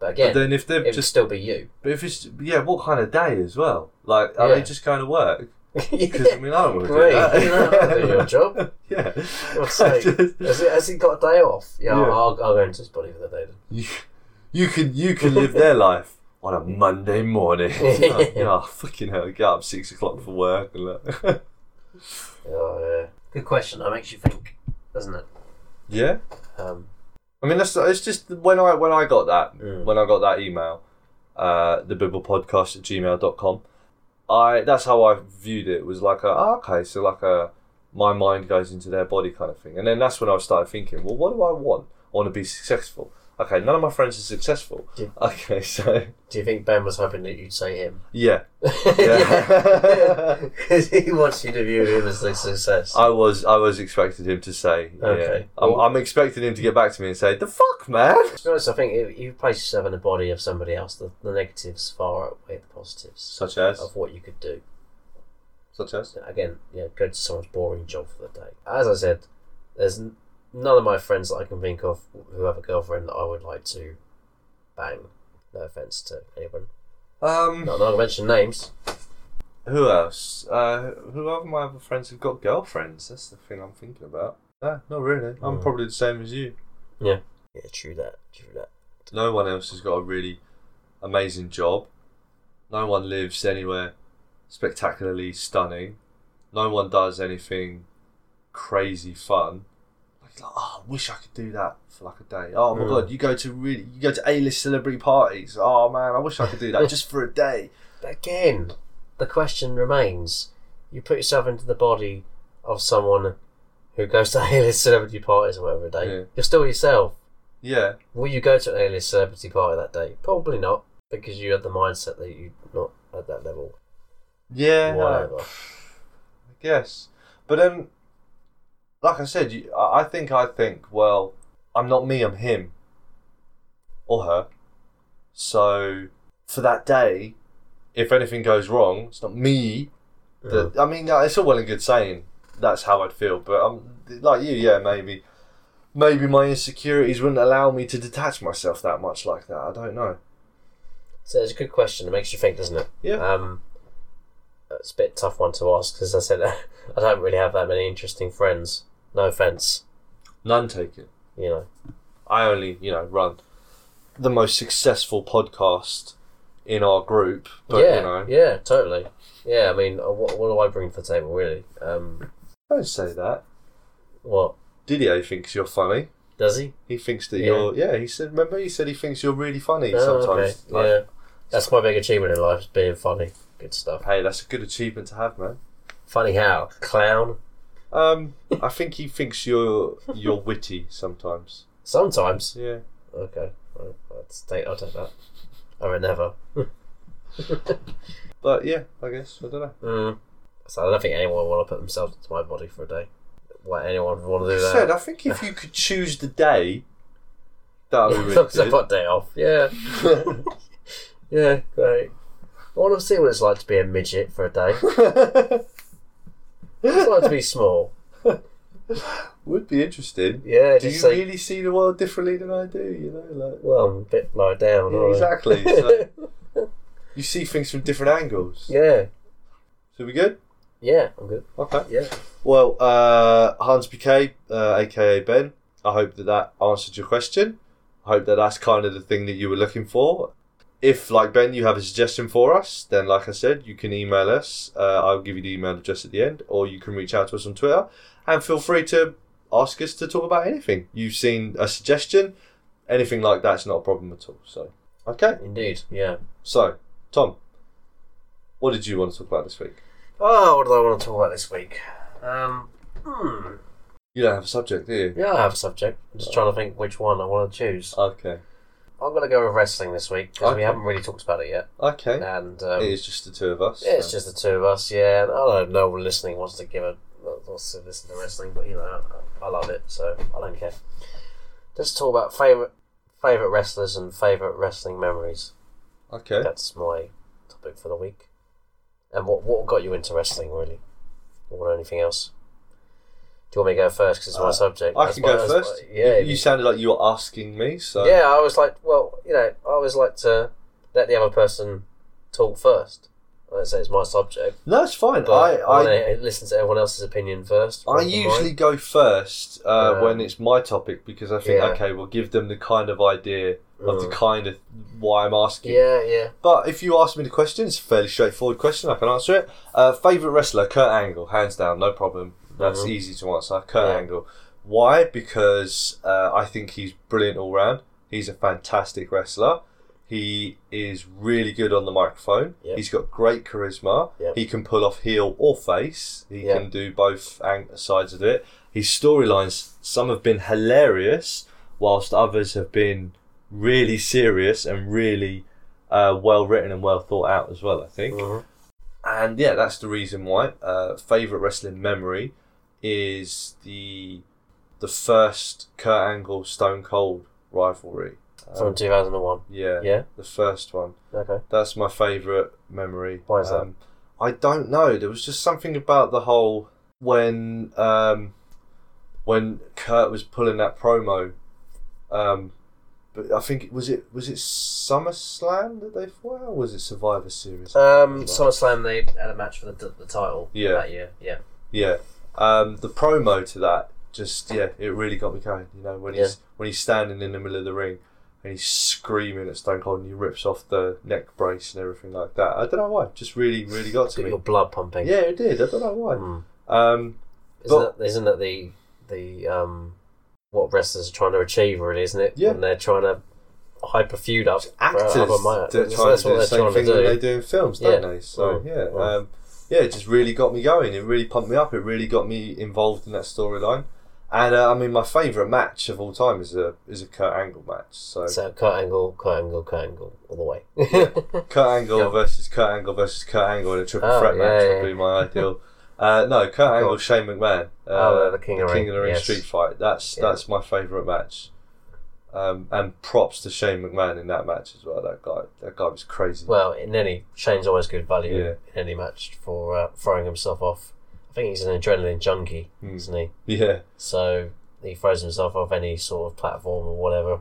[SPEAKER 3] But again,
[SPEAKER 2] But then if they're
[SPEAKER 3] it would
[SPEAKER 2] just,
[SPEAKER 3] still be you.
[SPEAKER 2] but if it's yeah, what kind of day as well? Like, are they
[SPEAKER 3] Yeah.
[SPEAKER 2] just going to work? Because I
[SPEAKER 3] Great.
[SPEAKER 2] mean, I don't want to do
[SPEAKER 3] You know how to do your
[SPEAKER 2] that.
[SPEAKER 3] job.
[SPEAKER 2] yeah.
[SPEAKER 3] God's sake. Has he, has he got a day off? Yeah,
[SPEAKER 2] Yeah.
[SPEAKER 3] I'll, I'll go into his body for the day.
[SPEAKER 2] you, you can you can live their life on a Monday morning. oh, yeah, fucking hell, get up six o'clock for work and like,
[SPEAKER 3] Oh, yeah. Good question. That makes you think, doesn't it?
[SPEAKER 2] yeah.
[SPEAKER 3] Um,
[SPEAKER 2] I mean, that's it's just when I when I got that
[SPEAKER 3] Mm.
[SPEAKER 2] when I got that email, uh, the Bible podcast at gmail.com, I that's how I viewed it was like a oh, okay, so like a my mind goes into their body kind of thing, and then that's when I started thinking, well, what do I want? I want to be successful. Okay, none of my friends are successful.
[SPEAKER 3] Yeah.
[SPEAKER 2] Okay, so
[SPEAKER 3] do you think Ben was hoping that you'd say him?
[SPEAKER 2] yeah, Yeah.
[SPEAKER 3] Because he wants you to view him as a success.
[SPEAKER 2] I was I was expecting him to say
[SPEAKER 3] Okay.
[SPEAKER 2] yeah. I'm, I'm expecting him to get back to me and say the fuck man.
[SPEAKER 3] To be honest, I think if you place yourself in the body of somebody else, the, the negatives far outweigh the positives
[SPEAKER 2] Such as
[SPEAKER 3] of what you could do.
[SPEAKER 2] such as
[SPEAKER 3] Again, yeah, go to someone's boring job for the day. As I said, there's n- none of my friends that I can think of who have a girlfriend that I would like to bang. No offense to anyone.
[SPEAKER 2] um.
[SPEAKER 3] Not, not gonna mention names.
[SPEAKER 2] Who else? Uh, who other my other friends have got girlfriends? That's the thing I'm thinking about. Ah, not really. I'm
[SPEAKER 3] Mm.
[SPEAKER 2] probably the same as you.
[SPEAKER 3] Yeah, true that. True that.
[SPEAKER 2] No one else has got a really amazing job. No one lives anywhere spectacularly stunning. No one does anything crazy fun. Like, like, oh, I wish I could do that for like a day. Oh my
[SPEAKER 3] Mm.
[SPEAKER 2] god, you go to really, you go to A-list celebrity parties. Oh man, I wish I could do that just for a day.
[SPEAKER 3] But again, the question remains: you put yourself into the body of someone who goes to A-list celebrity parties or whatever day.
[SPEAKER 2] Yeah.
[SPEAKER 3] You're still yourself.
[SPEAKER 2] Yeah.
[SPEAKER 3] Will you go to an A-list celebrity party that day? Probably not, because you had the mindset that you're not at that level.
[SPEAKER 2] Yeah, no,
[SPEAKER 3] Whatever.
[SPEAKER 2] I guess. But then, like I said, you, I I think I think well, I'm not me. I'm him or her. So for that day, if anything goes wrong, it's not me. That
[SPEAKER 3] Um,
[SPEAKER 2] I mean, uh, it's all well and good saying that's how I'd feel, but I'm like you. Yeah, maybe, maybe my insecurities wouldn't allow me to detach myself that much like that. I don't know.
[SPEAKER 3] So it's a good question. It makes you think, doesn't it?
[SPEAKER 2] Yeah.
[SPEAKER 3] Um, it's a bit tough one to ask because I said I don't really have that many interesting friends. No offense,
[SPEAKER 2] None taken.
[SPEAKER 3] you know.
[SPEAKER 2] I only, you know, run the most successful podcast in our group. But
[SPEAKER 3] yeah.
[SPEAKER 2] you know,
[SPEAKER 3] Yeah. Totally. Yeah. I mean, uh, what, what do I bring to the table really? Um,
[SPEAKER 2] don't say that.
[SPEAKER 3] what
[SPEAKER 2] Didier thinks you're funny.
[SPEAKER 3] does he?
[SPEAKER 2] He thinks that
[SPEAKER 3] Yeah.
[SPEAKER 2] you're. Yeah, he said. Remember, he said he thinks you're really funny
[SPEAKER 3] Oh,
[SPEAKER 2] sometimes.
[SPEAKER 3] okay.
[SPEAKER 2] Like,
[SPEAKER 3] yeah. That's my big achievement in life: is being funny. Good stuff.
[SPEAKER 2] Hey, that's a good achievement to have, man.
[SPEAKER 3] Funny how clown.
[SPEAKER 2] Um, I think he thinks you're you're witty sometimes.
[SPEAKER 3] Sometimes.
[SPEAKER 2] Yeah.
[SPEAKER 3] Okay, well, let's take, I'll take that. Or a never.
[SPEAKER 2] But yeah, I guess I don't know.
[SPEAKER 3] Mm. So I don't think anyone would want to put themselves into my body for a day. Why anyone would want to
[SPEAKER 2] Like
[SPEAKER 3] do
[SPEAKER 2] I said,
[SPEAKER 3] that?
[SPEAKER 2] I think if you could choose the day, That would be really
[SPEAKER 3] so
[SPEAKER 2] good.
[SPEAKER 3] I've got day off. Yeah. yeah, great. I want to see what it's like to be a midget for a day. It's like to be small.
[SPEAKER 2] would be interesting.
[SPEAKER 3] Yeah,
[SPEAKER 2] Do
[SPEAKER 3] just
[SPEAKER 2] you
[SPEAKER 3] say,
[SPEAKER 2] really see the world differently than I do? You know, like
[SPEAKER 3] well, I'm a bit low down.
[SPEAKER 2] Yeah,
[SPEAKER 3] aren't I?
[SPEAKER 2] exactly. So you see things from different angles.
[SPEAKER 3] yeah,
[SPEAKER 2] So we good?
[SPEAKER 3] yeah, I'm good.
[SPEAKER 2] Okay.
[SPEAKER 3] Yeah.
[SPEAKER 2] Well, uh, Hans Piquet, uh, aka Ben, I hope that that answered your question. I hope that that's kind of the thing that you were looking for. If, like Ben, you have a suggestion for us, then, like I said, you can email us. Uh, I'll give you the email address at the end, or you can reach out to us on Twitter. And feel free to ask us to talk about anything. You've seen a suggestion, anything like that's not a problem at all. So, okay.
[SPEAKER 3] Indeed, yeah.
[SPEAKER 2] So, Tom, what did you want to talk about this week?
[SPEAKER 3] Oh, what do I want to talk about this week? Um, hmm.
[SPEAKER 2] You don't have a subject, do you?
[SPEAKER 3] Yeah, I have a subject. I'm just trying to think which one I want to choose.
[SPEAKER 2] Okay.
[SPEAKER 3] I'm going to go with wrestling this week because
[SPEAKER 2] Okay.
[SPEAKER 3] we haven't really talked about it yet.
[SPEAKER 2] Okay.
[SPEAKER 3] And um,
[SPEAKER 2] it is just the two of us.
[SPEAKER 3] it's
[SPEAKER 2] so-
[SPEAKER 3] just the two of us, yeah. And I don't know, no one listening wants to give a wants to listen to wrestling, but you know, I, I love it, so I don't care. Just talk about favorite favorite wrestlers and favorite wrestling memories.
[SPEAKER 2] okay.
[SPEAKER 3] That's my topic for the week. And what what got you into wrestling, really? Or anything else? Do you want me to go first? Because it's my
[SPEAKER 2] Uh,
[SPEAKER 3] subject.
[SPEAKER 2] I
[SPEAKER 3] That's
[SPEAKER 2] can
[SPEAKER 3] my-
[SPEAKER 2] go
[SPEAKER 3] that's my-
[SPEAKER 2] first.
[SPEAKER 3] yeah.
[SPEAKER 2] You, you sounded like you were asking me, so
[SPEAKER 3] Yeah, I was like, well, you know, I always like to let the other person talk first. I don't say it's my subject,
[SPEAKER 2] no, it's fine.
[SPEAKER 3] but
[SPEAKER 2] I
[SPEAKER 3] I,
[SPEAKER 2] I,
[SPEAKER 3] wanna listen to everyone else's opinion first.
[SPEAKER 2] I
[SPEAKER 3] rather than
[SPEAKER 2] usually
[SPEAKER 3] mine.
[SPEAKER 2] go first uh,
[SPEAKER 3] Yeah.
[SPEAKER 2] when it's my topic because I think
[SPEAKER 3] Yeah.
[SPEAKER 2] okay, we'll give them the kind of idea of the
[SPEAKER 3] Mm.
[SPEAKER 2] kind of why I'm asking.
[SPEAKER 3] Yeah, yeah.
[SPEAKER 2] But if you ask me the question, it's a fairly straightforward question. I can answer it. Uh, Favorite wrestler, Kurt Angle, hands down, no problem. That's
[SPEAKER 3] Mhm.
[SPEAKER 2] easy to answer. Kurt
[SPEAKER 3] Yeah.
[SPEAKER 2] Angle. Why? Because uh, I think he's brilliant all round. He's a fantastic wrestler. He is really good on the microphone.
[SPEAKER 3] Yep.
[SPEAKER 2] He's got great charisma.
[SPEAKER 3] Yep.
[SPEAKER 2] He can pull off heel or face. He
[SPEAKER 3] Yeah.
[SPEAKER 2] can do both ang- sides of it. His storylines, some have been hilarious, whilst others have been really serious and really uh, well written and well thought out as well, I think.
[SPEAKER 3] Mhm.
[SPEAKER 2] And yeah, that's the reason why. Uh, favorite wrestling memory is the the first Kurt Angle Stone Cold rivalry. Um,
[SPEAKER 3] From 2001.
[SPEAKER 2] yeah,
[SPEAKER 3] Yeah?
[SPEAKER 2] the first one.
[SPEAKER 3] Okay.
[SPEAKER 2] That's my favourite memory. Um,
[SPEAKER 3] Why is that?
[SPEAKER 2] I don't know. There was just something about the whole when um, when Kurt was pulling that promo. Um, but I think it- was it was it SummerSlam that they fought, or was it Survivor Series?
[SPEAKER 3] Um, SummerSlam, they had a match for the, the title
[SPEAKER 2] Yeah.
[SPEAKER 3] that year. Yeah.
[SPEAKER 2] Yeah. Um, the promo to that just yeah, it really got me going. You know when he's when he's standing in the middle of the ring and he's screaming at Stone Cold and he rips off the neck brace and everything like that. I don't know why. Just really really got to
[SPEAKER 3] Got
[SPEAKER 2] me.
[SPEAKER 3] your blood pumping.
[SPEAKER 2] Yeah, it did. I don't know why.
[SPEAKER 3] Mm.
[SPEAKER 2] Um,
[SPEAKER 3] Isn't,
[SPEAKER 2] But-
[SPEAKER 3] that, isn't that the the um, what wrestlers are trying to achieve, really, isn't it?
[SPEAKER 2] Yeah.
[SPEAKER 3] When they're trying to hype a feud up. for
[SPEAKER 2] actors
[SPEAKER 3] another match.
[SPEAKER 2] do,
[SPEAKER 3] So
[SPEAKER 2] try and
[SPEAKER 3] that's
[SPEAKER 2] do
[SPEAKER 3] what
[SPEAKER 2] the
[SPEAKER 3] they're
[SPEAKER 2] same
[SPEAKER 3] trying
[SPEAKER 2] thing
[SPEAKER 3] to
[SPEAKER 2] that
[SPEAKER 3] do.
[SPEAKER 2] they do in films, don't
[SPEAKER 3] Yeah.
[SPEAKER 2] they? So
[SPEAKER 3] Mm.
[SPEAKER 2] yeah,
[SPEAKER 3] Mm.
[SPEAKER 2] um, yeah, it just really got me going. It really pumped me up. It really got me involved in that storyline. And uh, I mean, my favourite match of all time is a is a Kurt Angle match. So
[SPEAKER 3] So Kurt Angle, Kurt Angle, Kurt Angle, all the way.
[SPEAKER 2] Kurt Angle
[SPEAKER 3] Yeah.
[SPEAKER 2] versus Kurt Angle versus Kurt Angle in a triple
[SPEAKER 3] Oh,
[SPEAKER 2] threat
[SPEAKER 3] yeah,
[SPEAKER 2] match
[SPEAKER 3] yeah.
[SPEAKER 2] would be my ideal. Uh, no, Kurt Angle, Shane McMahon. Uh,
[SPEAKER 3] Oh, the King of the Ring, yes.
[SPEAKER 2] street fight. That's
[SPEAKER 3] Yeah.
[SPEAKER 2] that's my favourite match. Um, and props to Shane McMahon in that match as well. That guy, that guy was crazy.
[SPEAKER 3] well, in any Shane's always good value
[SPEAKER 2] Yeah.
[SPEAKER 3] in any match for uh, throwing himself off. I think he's an adrenaline junkie,
[SPEAKER 2] Hmm.
[SPEAKER 3] isn't he?
[SPEAKER 2] Yeah,
[SPEAKER 3] So he throws himself off any sort of platform or whatever,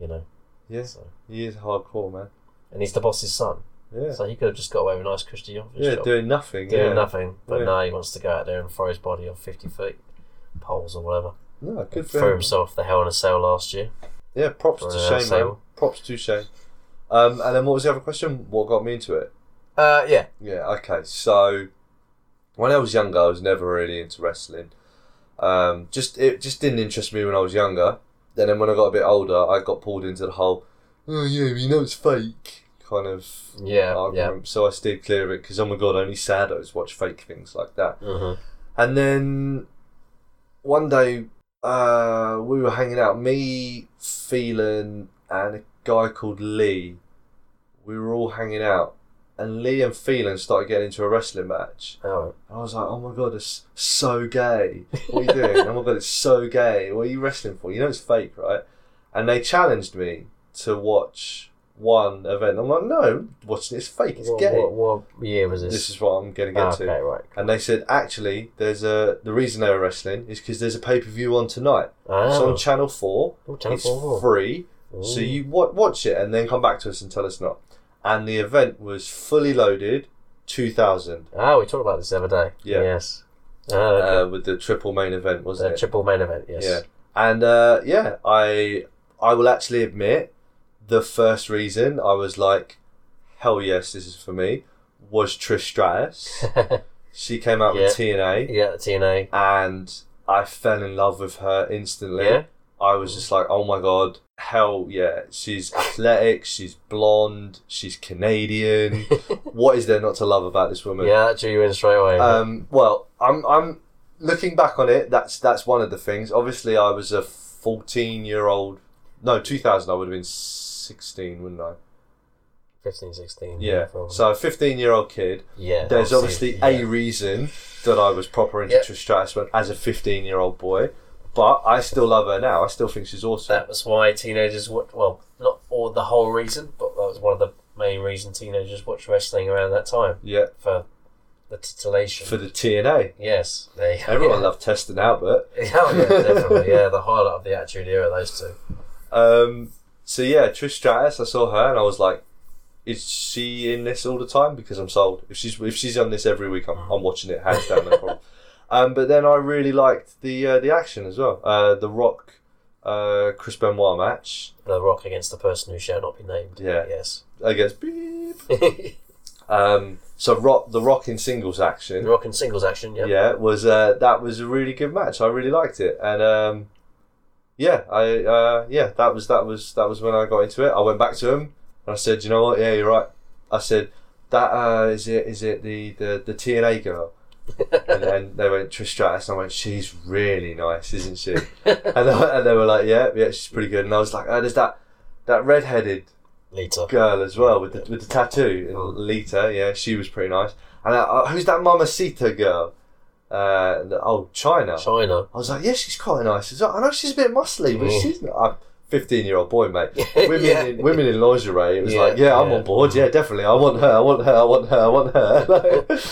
[SPEAKER 3] you know.
[SPEAKER 2] yeah,
[SPEAKER 3] So.
[SPEAKER 2] he is hardcore, man.
[SPEAKER 3] And he's the boss's son,
[SPEAKER 2] Yeah,
[SPEAKER 3] so he could have just got away with a nice Christian office
[SPEAKER 2] yeah,
[SPEAKER 3] job.
[SPEAKER 2] doing nothing.
[SPEAKER 3] doing
[SPEAKER 2] yeah.
[SPEAKER 3] nothing. But
[SPEAKER 2] Yeah.
[SPEAKER 3] now he wants to go out there and throw his body off 50 feet poles or whatever.
[SPEAKER 2] No, good for
[SPEAKER 3] Threw
[SPEAKER 2] him.
[SPEAKER 3] himself the hell in a cell last year.
[SPEAKER 2] Yeah, props
[SPEAKER 3] Or
[SPEAKER 2] to
[SPEAKER 3] an
[SPEAKER 2] Shane, man.
[SPEAKER 3] assail.
[SPEAKER 2] Props to Shane. Um, and then what was the other question? What got me into it?
[SPEAKER 3] Uh, yeah.
[SPEAKER 2] Yeah, okay. So when I was younger, I was never really into wrestling. Um, just it just didn't interest me when I was younger. And then when I got a bit older, I got pulled into the whole "oh yeah, you know it's fake" kind of
[SPEAKER 3] Yeah. yeah.
[SPEAKER 2] argument. So I steered clear of it because oh my god, only saddos watch fake things like that.
[SPEAKER 3] Mm-hmm.
[SPEAKER 2] And then one day uh, we were hanging out, me, Phelan, and a guy called Lee. We were all hanging out, and Lee and Phelan started getting into a wrestling match.
[SPEAKER 3] All
[SPEAKER 2] And I was like, oh my god, it's so gay. What are you doing? oh my god, it's so gay. What are you wrestling for? You know it's fake, right? and they challenged me to watch one event. I'm like, no, watching it's fake, it's
[SPEAKER 3] What,
[SPEAKER 2] gay.
[SPEAKER 3] what, what year was this?
[SPEAKER 2] This is what I'm going to
[SPEAKER 3] Ah,
[SPEAKER 2] get
[SPEAKER 3] okay,
[SPEAKER 2] to.
[SPEAKER 3] right.
[SPEAKER 2] And they said, actually, there's a the reason they were wrestling is because there's a pay per view on tonight.
[SPEAKER 3] Ah,
[SPEAKER 2] It's on Channel Four.
[SPEAKER 3] oh, Channel
[SPEAKER 2] it's
[SPEAKER 3] 4.
[SPEAKER 2] free,
[SPEAKER 3] Ooh.
[SPEAKER 2] so you wa- watch it and then come back to us and tell us not. And the event was fully loaded, two thousand.
[SPEAKER 3] Ah, we talked about this the other day.
[SPEAKER 2] Yeah.
[SPEAKER 3] Yes. Ah, okay.
[SPEAKER 2] uh, with the triple main event, wasn't
[SPEAKER 3] the
[SPEAKER 2] it?
[SPEAKER 3] triple main event. Yes.
[SPEAKER 2] Yeah. And uh, yeah, I I will actually admit the first reason I was like, hell yes, this is for me, was Trish Stratus. she came out with TNA,
[SPEAKER 3] yeah. The TNA.
[SPEAKER 2] and I fell in love with her instantly.
[SPEAKER 3] Yeah.
[SPEAKER 2] I was just like, oh my god, hell yeah, she's athletic, she's blonde, she's Canadian. what is there not to love about this woman?
[SPEAKER 3] Yeah, that drew you in straight away.
[SPEAKER 2] Um, well, I'm I'm looking back on it. That's that's one of the things. Obviously, I was a 14 year old. No, 2000. I would have been 16, wouldn't I?
[SPEAKER 3] 15, 16.
[SPEAKER 2] Yeah.
[SPEAKER 3] probably.
[SPEAKER 2] So a 15 year old kid.
[SPEAKER 3] yeah.
[SPEAKER 2] There's obviously
[SPEAKER 3] yeah.
[SPEAKER 2] a reason that I was proper into
[SPEAKER 3] Yeah.
[SPEAKER 2] Trish Stratus when- as a 15 year old boy, but I still love her now. I still think she's awesome.
[SPEAKER 3] That was why teenagers, wa- well, not all the whole reason, but that was one of the main reason teenagers watched wrestling around that time
[SPEAKER 2] yeah.
[SPEAKER 3] for the titillation.
[SPEAKER 2] For the TNA,
[SPEAKER 3] yes, there you go.
[SPEAKER 2] everyone loved Testing Albert.
[SPEAKER 3] Oh, yeah, definitely. Yeah, the highlight of the Attitude Era, those two.
[SPEAKER 2] Um, so yeah, Trish Stratus, I saw her and I was like, is she in this all the time? Because I'm sold. If she's if she's on this every week, I'm, I'm watching it hands down, no problem. Um, but then I really liked the uh, the action as well. Uh, the Rock, uh, Chris Benoit match
[SPEAKER 3] The Rock against the person who shall not be named.
[SPEAKER 2] Yeah.
[SPEAKER 3] Yes.
[SPEAKER 2] against Beep.
[SPEAKER 3] the
[SPEAKER 2] Um, so Rock, the Rock in singles action.
[SPEAKER 3] Rock and singles action, yeah.
[SPEAKER 2] yeah was uh, that was a really good match i really liked it and um, yeah i uh, yeah that was that was that was when i got into it i went back to him and i said you know what yeah you're right i said that uh, is it is it the the, the tna girl and then they went Trish Stratus, and I went, "She's really nice, isn't she?" and, they, and they were like, "Yeah, yeah, she's pretty good." And I was like, oh, "There's that that redheaded
[SPEAKER 3] Lita.
[SPEAKER 2] girl as well with the with the tattoo and Lita. Yeah, she was pretty nice. And uh, uh, who's that Mamacita girl? Uh, the- oh, China.
[SPEAKER 3] China.
[SPEAKER 2] I was like, yeah, she's quite nice. as well. I know she's a bit muscly, but
[SPEAKER 3] Mm.
[SPEAKER 2] she's not. I'm 15 year old boy, mate. Women,
[SPEAKER 3] Yeah.
[SPEAKER 2] in, women in lingerie. It was
[SPEAKER 3] Yeah,
[SPEAKER 2] like, yeah, I'm
[SPEAKER 3] yeah.
[SPEAKER 2] on board. Yeah, definitely. I want her. I want her. I want her. I want her.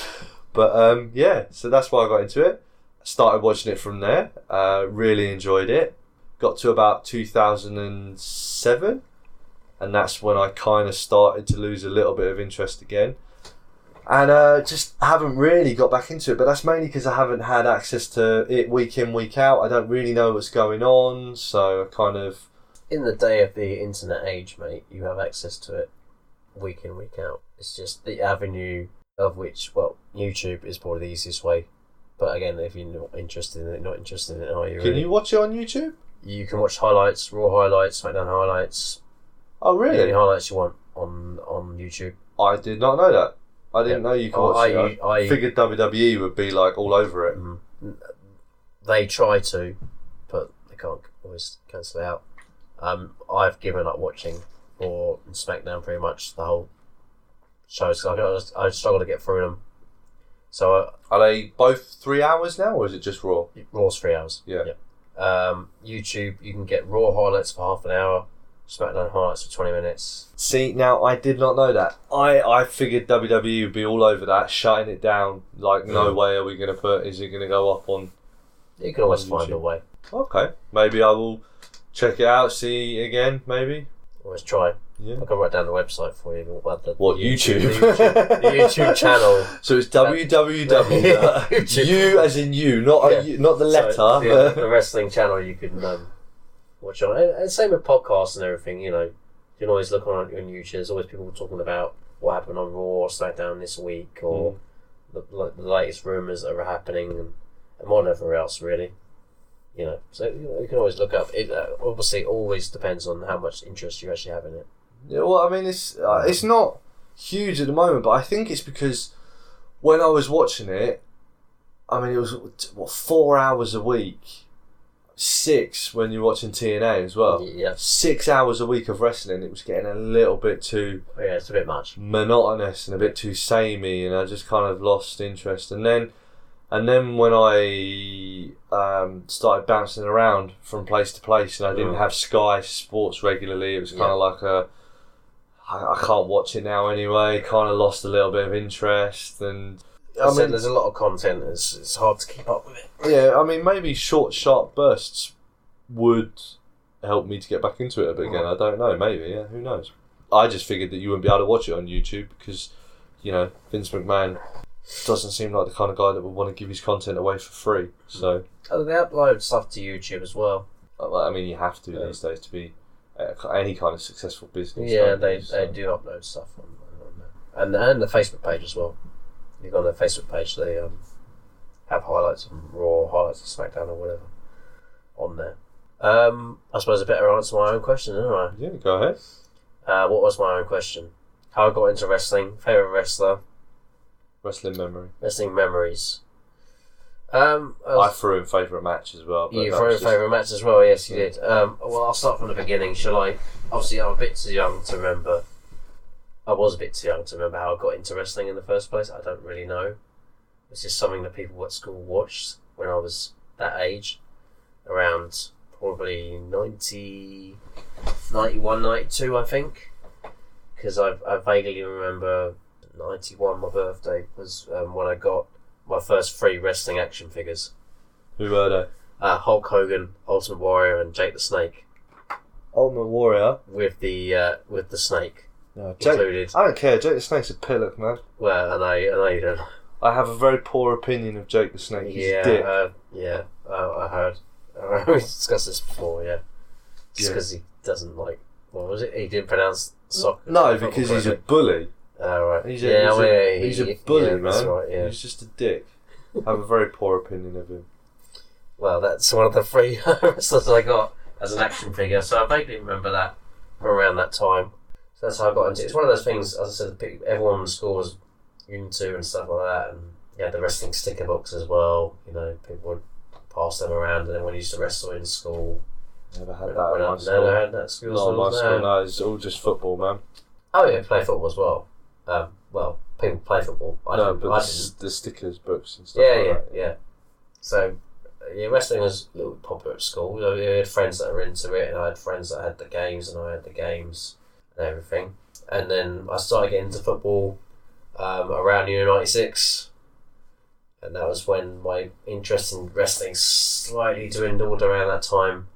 [SPEAKER 2] but um, yeah, so that's why I got into it. Started watching it from there. Uh, really enjoyed it. Got to about 2007, and that's when I kind of started to lose a little bit of interest again. And uh, just haven't really got back into it, but that's mainly because I haven't had access to it week in, week out. I don't really know what's going on, so I kind of
[SPEAKER 3] In the day of the internet age, mate, you have access to it week in, week out. It's just the avenue of which, well, YouTube is probably the easiest way. But again, if you're not interested in it, not interested in it, are you?
[SPEAKER 2] Can
[SPEAKER 3] really?
[SPEAKER 2] you watch it on YouTube?
[SPEAKER 3] You can watch highlights, raw highlights, SmackDown highlights,
[SPEAKER 2] Oh, really?
[SPEAKER 3] any highlights you want on on YouTube.
[SPEAKER 2] I did not know that. I didn't
[SPEAKER 3] Yeah.
[SPEAKER 2] know you could
[SPEAKER 3] Oh,
[SPEAKER 2] watch
[SPEAKER 3] I-
[SPEAKER 2] it. uh, I,
[SPEAKER 3] I-
[SPEAKER 2] figured WWE would be like all over it.
[SPEAKER 3] Mm-hmm. They try to, but they can't always cancel it out. Um, I've given up watching Raw and SmackDown pretty much the whole shows. 'cause I, don't- I struggle to get through them. So uh, I,
[SPEAKER 2] Are they both three hours now, or is it just Raw?
[SPEAKER 3] Raw's three hours.
[SPEAKER 2] Yeah.
[SPEAKER 3] Um, YouTube, you can get Raw highlights for half an hour, SmackDown highlights for 20 minutes.
[SPEAKER 2] See, now I did not know that. I, I figured WWE would be all over that, shutting it down. Like, no way are we going to put, is it going to go up on.
[SPEAKER 3] You can always
[SPEAKER 2] On
[SPEAKER 3] find a
[SPEAKER 2] YouTube.
[SPEAKER 3] way.
[SPEAKER 2] Okay, maybe I will check it out, see again, maybe.
[SPEAKER 3] Always try.
[SPEAKER 2] Yeah.
[SPEAKER 3] I can write down the website for you. What, the,
[SPEAKER 2] What,
[SPEAKER 3] The
[SPEAKER 2] YouTube?
[SPEAKER 3] YouTube, the YouTube channel.
[SPEAKER 2] So it's www.
[SPEAKER 3] YouTube.
[SPEAKER 2] you as in you, not
[SPEAKER 3] Yeah.
[SPEAKER 2] a, you- not the letter.
[SPEAKER 3] So, yeah,
[SPEAKER 2] but-
[SPEAKER 3] the wrestling channel you can um, watch on. And, and same with podcasts and everything, you know. You can always look on, on YouTube. There's always people talking about what happened on Raw or SmackDown this week or
[SPEAKER 2] Mm.
[SPEAKER 3] the, like, the latest rumours that are happening and, and whatever else, really. You know, so you, know, you can always look up. It uh, obviously always depends on how much interest you actually have in it.
[SPEAKER 2] Yeah, well, I mean, it's uh, it's not huge at the moment, but I think it's because when I was watching it, I mean, it was what four hours a week, six when you're watching TNA as well.
[SPEAKER 3] yeah,
[SPEAKER 2] Six hours a week of wrestling, it was getting a little bit too
[SPEAKER 3] Oh, yeah, it's a bit much.
[SPEAKER 2] monotonous and a bit too samey, and I just kind of lost interest. And then, and then when I uh, um, started bouncing around from place to place, and I didn't
[SPEAKER 1] Mm.
[SPEAKER 2] have Sky Sports regularly. It was kind
[SPEAKER 3] Yeah.
[SPEAKER 2] of like a I, I can't watch it now anyway. Kind of lost a little bit of interest, and
[SPEAKER 3] I
[SPEAKER 2] I
[SPEAKER 3] said,
[SPEAKER 2] mean,
[SPEAKER 3] there's a lot of content. It's, it's hard to keep up with it.
[SPEAKER 2] yeah, I mean, maybe short, sharp bursts would help me to get back into it a bit again. I don't know. Maybe, yeah, who knows? I just figured that you wouldn't be able to watch it on YouTube because, you know, Vince McMahon doesn't seem like the kind of guy that would want to give his content away for free. So,
[SPEAKER 3] Oh, they upload stuff to YouTube as well.
[SPEAKER 2] I I mean, you have to
[SPEAKER 3] Yeah.
[SPEAKER 2] these days to be uh, any kind of successful business.
[SPEAKER 3] yeah,
[SPEAKER 2] don't
[SPEAKER 3] they,
[SPEAKER 2] you?
[SPEAKER 3] they
[SPEAKER 2] So-
[SPEAKER 3] do upload stuff on, on there. And, and the Facebook page as well. You go on their Facebook page, they um, have highlights of Raw, highlights of SmackDown, or whatever on there. Um, I suppose I better answer my own question, didn't I?
[SPEAKER 2] Yeah, go ahead.
[SPEAKER 3] Uh, what was my own question? How I got into wrestling, favourite wrestler,
[SPEAKER 2] Wrestling memory.
[SPEAKER 3] wrestling memories. Um, I
[SPEAKER 2] I
[SPEAKER 3] was-
[SPEAKER 2] threw in favourite match as well. But
[SPEAKER 3] you
[SPEAKER 2] that
[SPEAKER 3] threw a
[SPEAKER 2] was just-
[SPEAKER 3] favourite match as well, yes, you did. Um, well, I'll start from the beginning, shall I? Obviously, I'm a bit too young to remember. I was a bit too young to remember how I got into wrestling in the first place. I don't really know. It's just something that people at school watched when I was that age, around probably 90, 91, 92, I think. Because I, I vaguely remember 91, my birthday, was um, when I got my first three wrestling action figures
[SPEAKER 2] Who were they?
[SPEAKER 3] uh, Hulk Hogan, Ultimate Warrior, and Jake the Snake
[SPEAKER 2] Ultimate Warrior.
[SPEAKER 3] with the uh, with the snake
[SPEAKER 2] No, Jake.
[SPEAKER 3] included.
[SPEAKER 2] I don't care. Jake the Snake's a pillock, man.
[SPEAKER 3] Well, and I and I don't.
[SPEAKER 2] I have a very poor opinion of Jake the Snake. He's
[SPEAKER 3] yeah,
[SPEAKER 2] a dick.
[SPEAKER 3] uh, yeah. Uh, I heard. Uh, we discussed this before. Yeah, just
[SPEAKER 2] Yeah.
[SPEAKER 3] because he doesn't like. What was it? He didn't pronounce soccer.
[SPEAKER 2] no, because he's a bully.
[SPEAKER 3] Uh, right.
[SPEAKER 2] He's a,
[SPEAKER 3] yeah,
[SPEAKER 2] he's,
[SPEAKER 3] well,
[SPEAKER 2] a,
[SPEAKER 3] yeah,
[SPEAKER 2] he's
[SPEAKER 3] he-
[SPEAKER 2] a bully,
[SPEAKER 3] yeah,
[SPEAKER 2] man.
[SPEAKER 3] That's right. Yeah.
[SPEAKER 2] He's just a dick. I have a very poor opinion of him.
[SPEAKER 3] Well, that's one of the three wrestlers I got as an action figure, so I vaguely remember that from around that time. So that's how I got into it. It's one of those things, as I said, the pe- everyone in school was into and stuff like that, and yeah, the wrestling sticker books as well. You know, people would pass them around, and then when you used to wrestle in school,
[SPEAKER 2] Never had
[SPEAKER 3] when
[SPEAKER 2] that
[SPEAKER 3] I-
[SPEAKER 2] in my
[SPEAKER 3] no, no, I
[SPEAKER 2] school.
[SPEAKER 3] had that at school.
[SPEAKER 2] Not in
[SPEAKER 3] as well,
[SPEAKER 2] my school,
[SPEAKER 3] no.
[SPEAKER 2] no. It's all just football, man.
[SPEAKER 3] Oh yeah, play football as well. Um, well, people play football. I
[SPEAKER 2] no,
[SPEAKER 3] didn't-
[SPEAKER 2] but
[SPEAKER 3] I
[SPEAKER 2] the,
[SPEAKER 3] didn't.
[SPEAKER 2] s- the stickers, books, and stuff
[SPEAKER 3] Yeah,
[SPEAKER 2] like
[SPEAKER 3] yeah,
[SPEAKER 2] that.
[SPEAKER 3] yeah. So, uh, yeah, wrestling was a little popular at school. You know, I had friends that were into it, and I had friends that had the games, and I had the games and everything. And then I started getting into football um, around year 96. And that was when my interest in wrestling slightly dwindled around that time.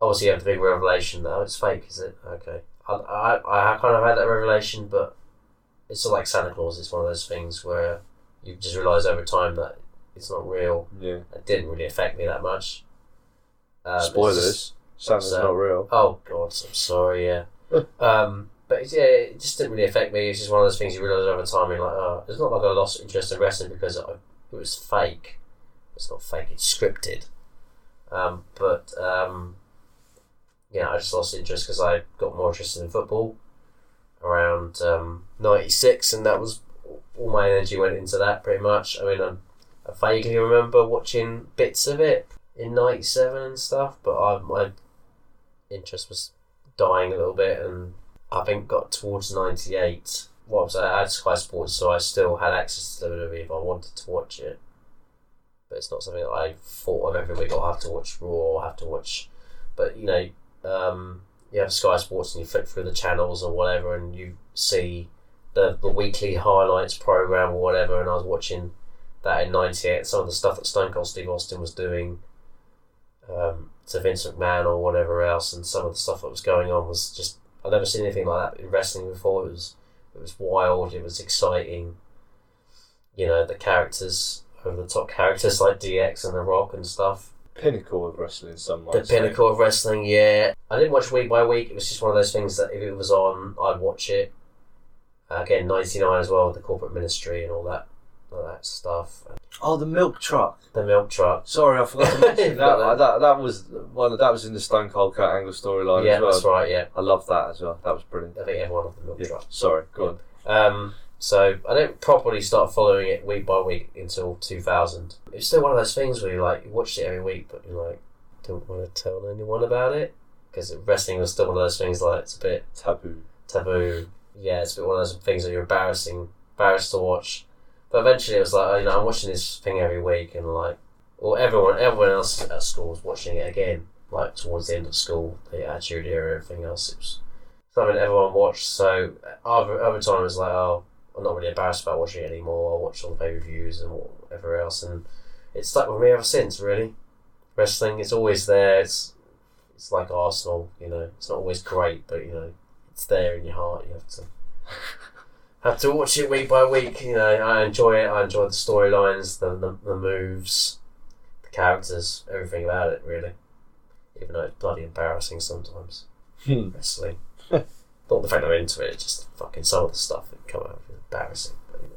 [SPEAKER 3] Obviously, you have the big revelation that oh, it's fake, is it? Okay. I, I, I kind of had that revelation, but it's sort of like Santa Claus. It's one of those things where you just realise over time that it's not real.
[SPEAKER 2] Yeah.
[SPEAKER 3] It didn't really affect me that much. Um, it's just-
[SPEAKER 2] Spoilers. Santa's
[SPEAKER 3] so-
[SPEAKER 2] not real.
[SPEAKER 3] Oh God, I'm sorry. Yeah. um, but it's- yeah, it just didn't really affect me. It's just one of those things you realise over time. You're like, oh, it's not like I lost interest in wrestling because I, it was fake. It's not fake. It's scripted. Um, but um, yeah, I just lost interest because I got more interested in football around um, '96, and that was all my energy went into that pretty much. I mean, i I vaguely remember watching bits of it in '97 and stuff, but I, my interest was dying a little bit, and I think got towards '98. What was I I had Sky Sports, so I still had access to WWE if I wanted to watch it. But it's not something that I thought of every week. I'll have to watch Raw. I have to watch, but you know, um, you have Sky Sports and you flip through the channels or whatever, and you see the the weekly highlights program or whatever. And I was watching that in '98. Some of the stuff that Stone Cold Steve Austin was doing um, to Vince McMahon or whatever else, and some of the stuff that was going on was just I'd never seen anything like that in wrestling before. It was it was wild. It was exciting. You know the characters over the top characters like DX and The Rock and stuff.
[SPEAKER 2] Pinnacle of wrestling, some might
[SPEAKER 3] The
[SPEAKER 2] say.
[SPEAKER 3] pinnacle of wrestling, yeah. I didn't watch week by week. It was just one of those things that if it was on, I'd watch it. Again, ninety nine as well with the corporate ministry and all that, all that stuff.
[SPEAKER 2] Oh, the milk truck.
[SPEAKER 3] The milk truck.
[SPEAKER 2] Sorry, I forgot to mention that,
[SPEAKER 3] Got that.
[SPEAKER 2] that. That was one. That was in the Stone Cold Kurt Angle storyline
[SPEAKER 3] yeah,
[SPEAKER 2] as well.
[SPEAKER 3] that's right. Yeah,
[SPEAKER 2] I love that as well. That was brilliant.
[SPEAKER 3] I think everyone of the milk
[SPEAKER 2] Yeah.
[SPEAKER 3] truck.
[SPEAKER 2] Sorry, go on.
[SPEAKER 3] Um, so I didn't properly start following it week by week until 2000. It's still one of those things where you like you watched it every week, but you like don't want to tell anyone about it because wrestling was still one of those things like it's a bit
[SPEAKER 2] Taboo.
[SPEAKER 3] taboo. Yeah, it's a bit one of those things that you're embarrassing, embarrassed to watch. But eventually, it was like oh, you know I'm watching this thing every week and like Well, everyone, everyone else at school was watching it again. Like towards the end of school, the Attitude Era, and everything else. It was something everyone watched. So other other time it was like, oh, I'm not really embarrassed about watching it anymore. I watched all the pay per views and whatever else, and it's stuck with me ever since. Really, wrestling it's always there. It's it's like Arsenal, you know. It's not always great, but you know, it's there in your heart. You have to have to watch it week by week. You know, I enjoy it. I enjoy the storylines, the, the the moves, the characters, everything about it. Really, even though it's bloody embarrassing sometimes.
[SPEAKER 2] Hmm.
[SPEAKER 3] Wrestling, not the fact I'm into it. It's just fucking some of the stuff that come out is embarrassing. But, you know.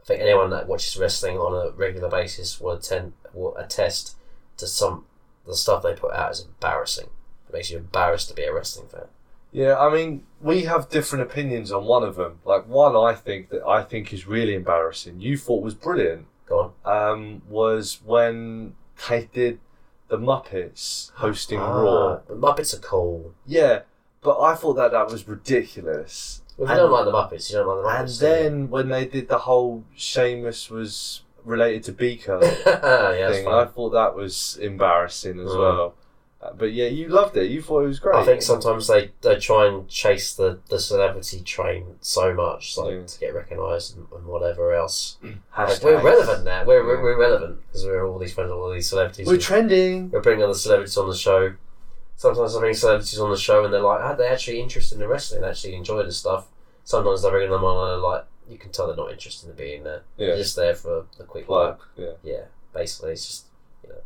[SPEAKER 3] I think anyone that watches wrestling on a regular basis will attend will attest to some the stuff they put out is embarrassing. It makes you embarrassed to be a wrestling fan.
[SPEAKER 2] Yeah, I mean, we have different opinions on one of them. Like one, I think that I think is really embarrassing. You thought was brilliant.
[SPEAKER 3] Go on.
[SPEAKER 2] Um, was when they did the Muppets hosting Raw.
[SPEAKER 3] Ah, The Muppets are cool.
[SPEAKER 2] Yeah, but I thought that that was ridiculous.
[SPEAKER 3] Well, if
[SPEAKER 2] And-
[SPEAKER 3] you don't like the Muppets, you don't like the
[SPEAKER 2] And
[SPEAKER 3] Muppets. do you?
[SPEAKER 2] then when they did the whole Seamus was related to Beaker
[SPEAKER 3] yeah, that's
[SPEAKER 2] thing, I
[SPEAKER 3] fine.
[SPEAKER 2] thought that was embarrassing as
[SPEAKER 3] Mm.
[SPEAKER 2] well. Uh, But yeah, you loved it. You thought it was great.
[SPEAKER 3] I think sometimes they, they try and chase the, the celebrity train so much, like
[SPEAKER 2] Yeah.
[SPEAKER 3] to get recognised and, and whatever else. Like,
[SPEAKER 2] Hashtags.
[SPEAKER 3] we're relevant now. We're, we're,
[SPEAKER 2] Yeah.
[SPEAKER 3] we're relevant because we're all these friends, of all these celebrities.
[SPEAKER 2] We're trending.
[SPEAKER 3] we're bringing other celebrities on the show. Sometimes I bring celebrities on the show and they're like, oh, they're actually interested in wrestling, they actually enjoy the stuff. Sometimes I bring them on and they're like, you can tell they're not interested in being there.
[SPEAKER 2] Yeah,
[SPEAKER 3] They're just there for the quick
[SPEAKER 2] like
[SPEAKER 3] laugh.
[SPEAKER 2] yeah.
[SPEAKER 3] Yeah, basically, it's just, you know,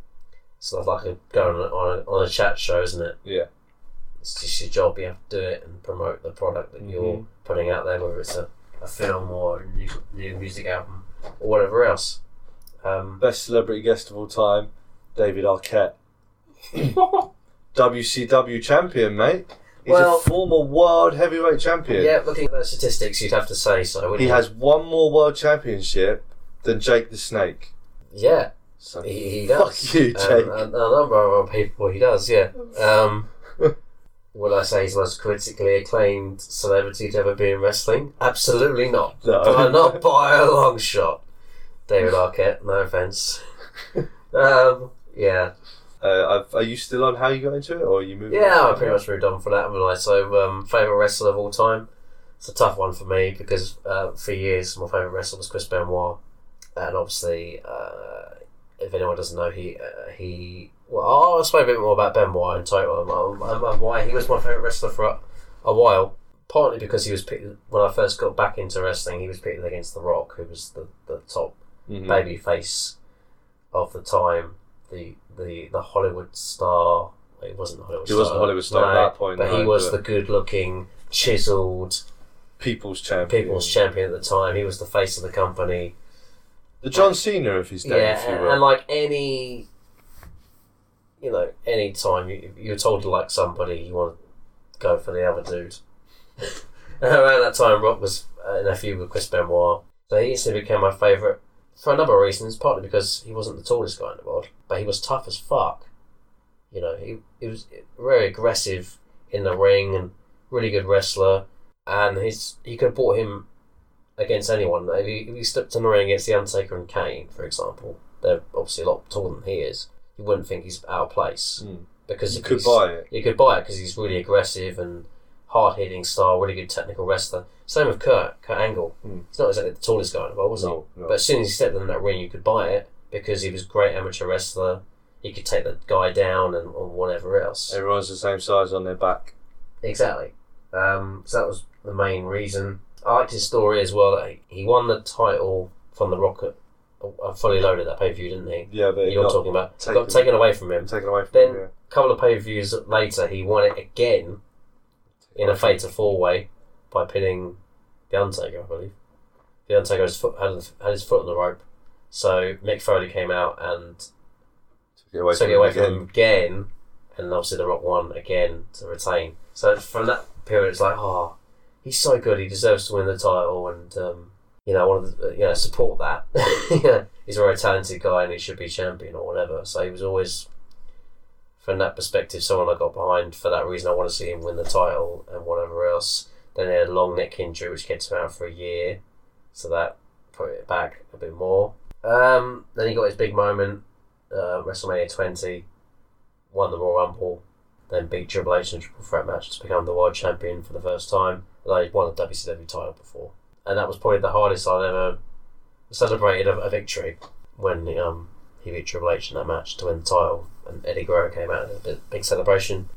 [SPEAKER 3] it's not like a, going on a, on, a, on a chat show, isn't it?
[SPEAKER 2] Yeah.
[SPEAKER 3] It's just your job, you have to do it and promote the product that
[SPEAKER 2] Mm-hmm.
[SPEAKER 3] you're putting out there, whether it's a, a film or a new, new music album or whatever else. Um,
[SPEAKER 2] Best celebrity guest of all time, David Arquette. WCW champion, mate. He's
[SPEAKER 3] Well-
[SPEAKER 2] a former world heavyweight champion.
[SPEAKER 3] yeah, looking at those statistics, you'd have to say so, wouldn't
[SPEAKER 2] He
[SPEAKER 3] you?
[SPEAKER 2] has one more world championship than Jake the Snake.
[SPEAKER 3] Yeah,
[SPEAKER 2] So
[SPEAKER 3] he, he
[SPEAKER 2] fuck
[SPEAKER 3] does.
[SPEAKER 2] you,
[SPEAKER 3] Um,
[SPEAKER 2] Jake.
[SPEAKER 3] a, a number of other people he does, yeah. Um, would I say he's the most critically acclaimed celebrity to ever be in wrestling? Absolutely not.
[SPEAKER 2] No.
[SPEAKER 3] But Oh, not by a long shot. David Arquette, no offence. Um, yeah.
[SPEAKER 2] Uh, I've, are you still on how you got into it, or are you moving?
[SPEAKER 3] Yeah,
[SPEAKER 2] on?
[SPEAKER 3] I pretty much moved on for that, haven't I? So, um, favourite wrestler of all time. It's a tough one for me because uh, for years my favourite wrestler was Chris Benoit, and obviously, uh, if anyone doesn't know, he uh, he. Well, I'll explain a bit more about Benoit in total um, um, and why he was my favourite wrestler for a, a while. Partly because he was pitted, when I first got back into wrestling, he was pitted against The Rock, who was the, the top
[SPEAKER 2] Mhm.
[SPEAKER 3] baby face of the time, the the the Hollywood star. well, It wasn't a Hollywood.
[SPEAKER 2] He wasn't a Hollywood star at that point,
[SPEAKER 3] but he
[SPEAKER 2] no,
[SPEAKER 3] was
[SPEAKER 2] but-
[SPEAKER 3] the good-looking, chiseled
[SPEAKER 2] People's champion.
[SPEAKER 3] people's champion at the time. He was the face of the company.
[SPEAKER 2] The John Cena of his day, if you
[SPEAKER 3] and-
[SPEAKER 2] will.
[SPEAKER 3] and like any, you know, any time you, you're told to like somebody, you want to go for the other dude. and around that time, Rock was uh, in a feud with Chris Benoit, so he instantly became my favourite for a number of reasons. Partly because he wasn't the tallest guy in the world, but he was tough as fuck. You know, he he was very aggressive in the ring and really good wrestler. And his he could have bought him against anyone. If he, if he stepped in the ring against The Undertaker and Kane, for example, they're obviously a lot taller than he is. You wouldn't think he's out of place
[SPEAKER 2] Mm.
[SPEAKER 3] because
[SPEAKER 2] you
[SPEAKER 3] if
[SPEAKER 2] could
[SPEAKER 3] he's-
[SPEAKER 2] buy it.
[SPEAKER 3] You could buy it because he's really aggressive and hard hitting style, really good technical wrestler. Same with Kurt, Kurt Angle.
[SPEAKER 2] Mm.
[SPEAKER 3] He's not exactly the tallest guy in the world, was
[SPEAKER 2] No,
[SPEAKER 3] he?
[SPEAKER 2] no.
[SPEAKER 3] But as soon as he stepped in that ring, you could buy it because he was a great amateur wrestler. He could take the guy down and, and whatever else.
[SPEAKER 2] Everyone's the same size on their back.
[SPEAKER 3] Exactly. Um, so that was the main reason. I liked his story as well. That he won the title from the Rocket, uh, fully loaded that pay per view, didn't he?
[SPEAKER 2] Yeah, but
[SPEAKER 3] You're
[SPEAKER 2] you're
[SPEAKER 3] talking about
[SPEAKER 2] taken-
[SPEAKER 3] got taken away from him.
[SPEAKER 2] taken away from
[SPEAKER 3] Then-
[SPEAKER 2] you.
[SPEAKER 3] A couple of pay per views later, he won it again in a fatal four way by pinning the Undertaker, I believe. The Undertaker had his foot, had, his- had his foot on the rope, so Mick Foley came out and
[SPEAKER 2] Took it away
[SPEAKER 3] took
[SPEAKER 2] from
[SPEAKER 3] it away
[SPEAKER 2] him again.
[SPEAKER 3] from him again, and obviously The Rock won again to retain. So from that period, it's like, oh, he's so good, he deserves to win the title, and um, you know, one of the, you know, support that. yeah, he's a very talented guy, and he should be champion or whatever. So he was always, from that perspective, someone I got behind for that reason. I want to see him win the title and whatever else. Then he had a long neck injury, which kept him out for a year, so that put it back a bit more. Um, then he got his big moment uh, WrestleMania 20, won the Royal Rumble, then beat Triple H in a triple threat match to become the world champion for the first time. Although he'd won a WCW title before, and that was probably the hardest I'd ever celebrated a, a victory when um, he beat Triple H in that match to win the title, and Eddie Guerrero came out in a big, big celebration.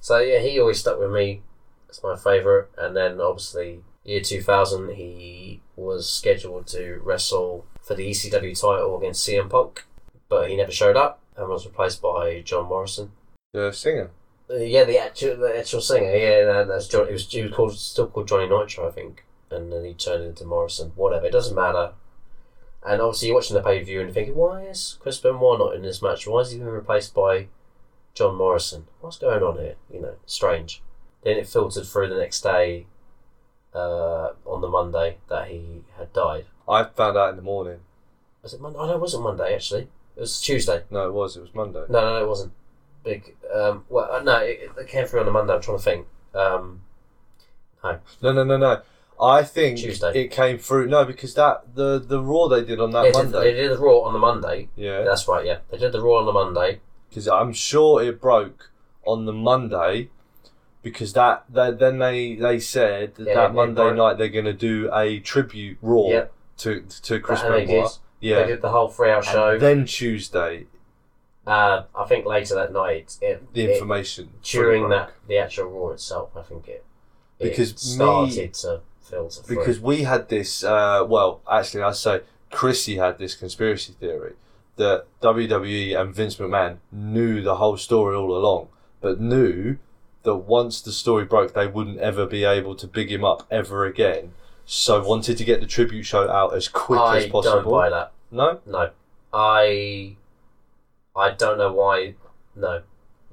[SPEAKER 3] So yeah, he always stuck with me. That's my favorite. And then obviously year 2000, he was scheduled to wrestle for the ECW title against CM Punk, but he never showed up and was replaced by John Morrison.
[SPEAKER 2] The singer.
[SPEAKER 3] Uh, yeah, the actual the actual singer. Yeah, that, that's John. It was, he was called, still called Johnny Nitro, I think, and then he turned into Morrison. Whatever, it doesn't matter. And obviously, you're watching the pay per view and you're thinking, why is Chris Benoit not in this match? Why is he being replaced by John Morrison? What's going on here? You know, strange. Then it filtered through the next day, uh, on the Monday that he had died.
[SPEAKER 2] I found out in the morning.
[SPEAKER 3] Was it Monday? Oh no, it wasn't Monday actually. It was Tuesday.
[SPEAKER 2] No, it was. It was Monday.
[SPEAKER 3] No, no, no, it wasn't. Big. Um, well, uh, no, it, it came through on a Monday. I'm trying to think. Um,
[SPEAKER 2] No, no, no, no. I think
[SPEAKER 3] Tuesday.
[SPEAKER 2] it came through. No, because that the the Raw they did on that
[SPEAKER 3] yeah, They,
[SPEAKER 2] Oh, Monday.
[SPEAKER 3] did, they did the Raw on the Monday.
[SPEAKER 2] Yeah,
[SPEAKER 3] That's right. Yeah, they did the Raw on the Monday.
[SPEAKER 2] because I'm sure it broke on the Monday. Because that, that then they they said that,
[SPEAKER 3] Yeah,
[SPEAKER 2] that
[SPEAKER 3] it
[SPEAKER 2] Monday
[SPEAKER 3] broke.
[SPEAKER 2] night they're going to do a tribute Raw
[SPEAKER 3] Yeah,
[SPEAKER 2] to to Chris
[SPEAKER 3] and they
[SPEAKER 2] Benoit.
[SPEAKER 3] they
[SPEAKER 2] Yeah.
[SPEAKER 3] did the whole three-hour show.
[SPEAKER 2] And then Tuesday,
[SPEAKER 3] uh, I think later that night, it,
[SPEAKER 2] the
[SPEAKER 3] it-
[SPEAKER 2] information
[SPEAKER 3] during
[SPEAKER 2] broke.
[SPEAKER 3] that the actual Raw itself, I think it, it
[SPEAKER 2] Because me-
[SPEAKER 3] started to filter through.
[SPEAKER 2] because we had this. Uh, well, actually, I say Chrissy had this conspiracy theory that WWE and Vince McMahon knew the whole story all along, but knew that once the story broke, they wouldn't ever be able to big him up ever again. So wanted to get the tribute show out as quick
[SPEAKER 3] I
[SPEAKER 2] as possible.
[SPEAKER 3] don't buy that.
[SPEAKER 2] No,
[SPEAKER 3] No, I, I don't know why. No,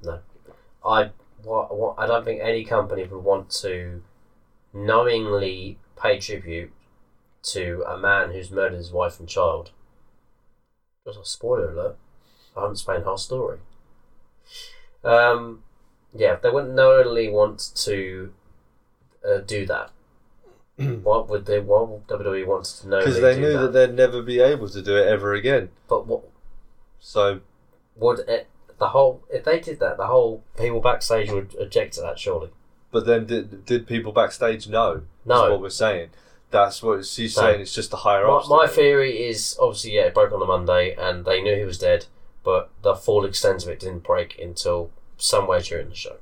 [SPEAKER 3] no, I what, what I don't think any company would want to knowingly pay tribute to a man who's murdered his wife and child. That's a spoiler alert. I haven't explained the whole story. Um, yeah, they wouldn't knowingly want to uh, do that. what would they? What would WWE want to know?
[SPEAKER 2] because they knew that.
[SPEAKER 3] that.
[SPEAKER 2] they'd never be able to do it ever again.
[SPEAKER 3] But what
[SPEAKER 2] So
[SPEAKER 3] would it, the whole if they did that the whole people backstage would object to that surely
[SPEAKER 2] But then, did, did people backstage know? Is what
[SPEAKER 3] no
[SPEAKER 2] we're saying. That's what she's
[SPEAKER 3] No.
[SPEAKER 2] saying. It's just the higher
[SPEAKER 3] my,
[SPEAKER 2] ups.
[SPEAKER 3] my theory is obviously yeah it broke on the monday and they knew he was dead but the full extent of it didn't break until somewhere during the show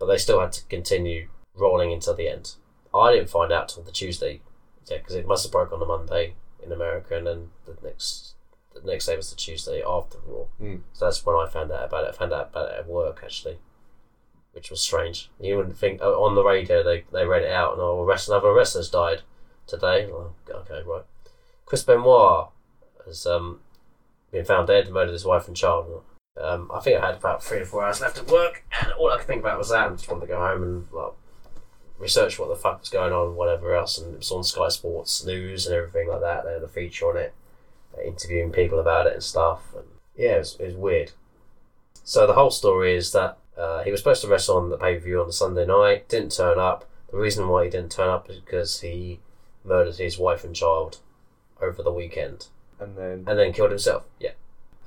[SPEAKER 3] but they still had to continue rolling until the end i didn't find out till the tuesday yeah because it must have broke on the monday in america and then the next the next day was the tuesday after raw
[SPEAKER 2] Mm.
[SPEAKER 3] so that's when i found out about it i found out about it at work actually which was strange. You wouldn't think oh, on the radio they, they read it out and oh, rest, another wrestler's died today. Oh, okay, right. Chris Benoit has um, been found dead, murdered his wife and child. Um, I think I had about three or four hours left at work, and all I could think about was that. and just wanted to go home and like, research what the fuck was going on, whatever else. And it was on Sky Sports News and everything like that. They had a feature on it, uh, interviewing people about it and stuff. And yeah, it was, it was weird. So the whole story is that uh, he was supposed to wrestle on the pay per view on the Sunday night, didn't turn up. The reason why he didn't turn up is because he murdered his wife and child over the weekend
[SPEAKER 2] and then
[SPEAKER 3] and then killed himself. Yeah,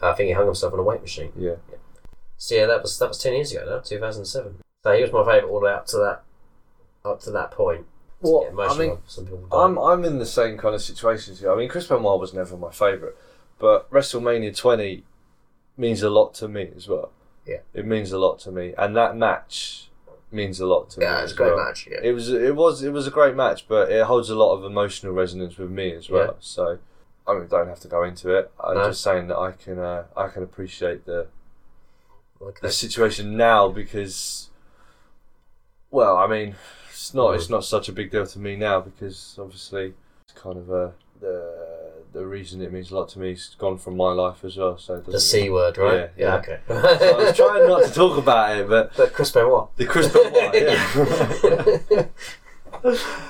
[SPEAKER 3] I think he hung himself on a weight machine.
[SPEAKER 2] yeah,
[SPEAKER 3] So yeah, that was that was ten years ago now, two thousand seven. So he was my favourite all the way up to that, up to that point.
[SPEAKER 2] Well,
[SPEAKER 3] Yeah,
[SPEAKER 2] I
[SPEAKER 3] emotional.
[SPEAKER 2] mean,
[SPEAKER 3] some people die.
[SPEAKER 2] I'm I'm in the same kind of situation as you. I mean, Chris Benoit was never my favorite, but WrestleMania 20 means a lot to me as well.
[SPEAKER 3] Yeah.
[SPEAKER 2] it means a lot to me, and that match means a lot to me.
[SPEAKER 3] yeah, it's
[SPEAKER 2] as
[SPEAKER 3] a great
[SPEAKER 2] well.
[SPEAKER 3] match. Yeah,
[SPEAKER 2] It was it was it was a great match, but it holds a lot of emotional resonance with me as well.
[SPEAKER 3] Yeah.
[SPEAKER 2] So I mean, don't have to go into it. I'm
[SPEAKER 3] No.
[SPEAKER 2] just saying that I can uh, I can appreciate the
[SPEAKER 3] okay.
[SPEAKER 2] the situation now because well i mean it's not
[SPEAKER 3] Mm.
[SPEAKER 2] it's not such a big deal to me now because obviously it's kind of a the the reason it means a lot to me has gone from my life as well so it
[SPEAKER 3] the
[SPEAKER 2] doesn't-
[SPEAKER 3] C word, right?
[SPEAKER 2] Yeah,
[SPEAKER 3] okay.
[SPEAKER 2] So i was trying not to talk about it but
[SPEAKER 3] But Chris Benoit.
[SPEAKER 2] the chris Benoit, yeah.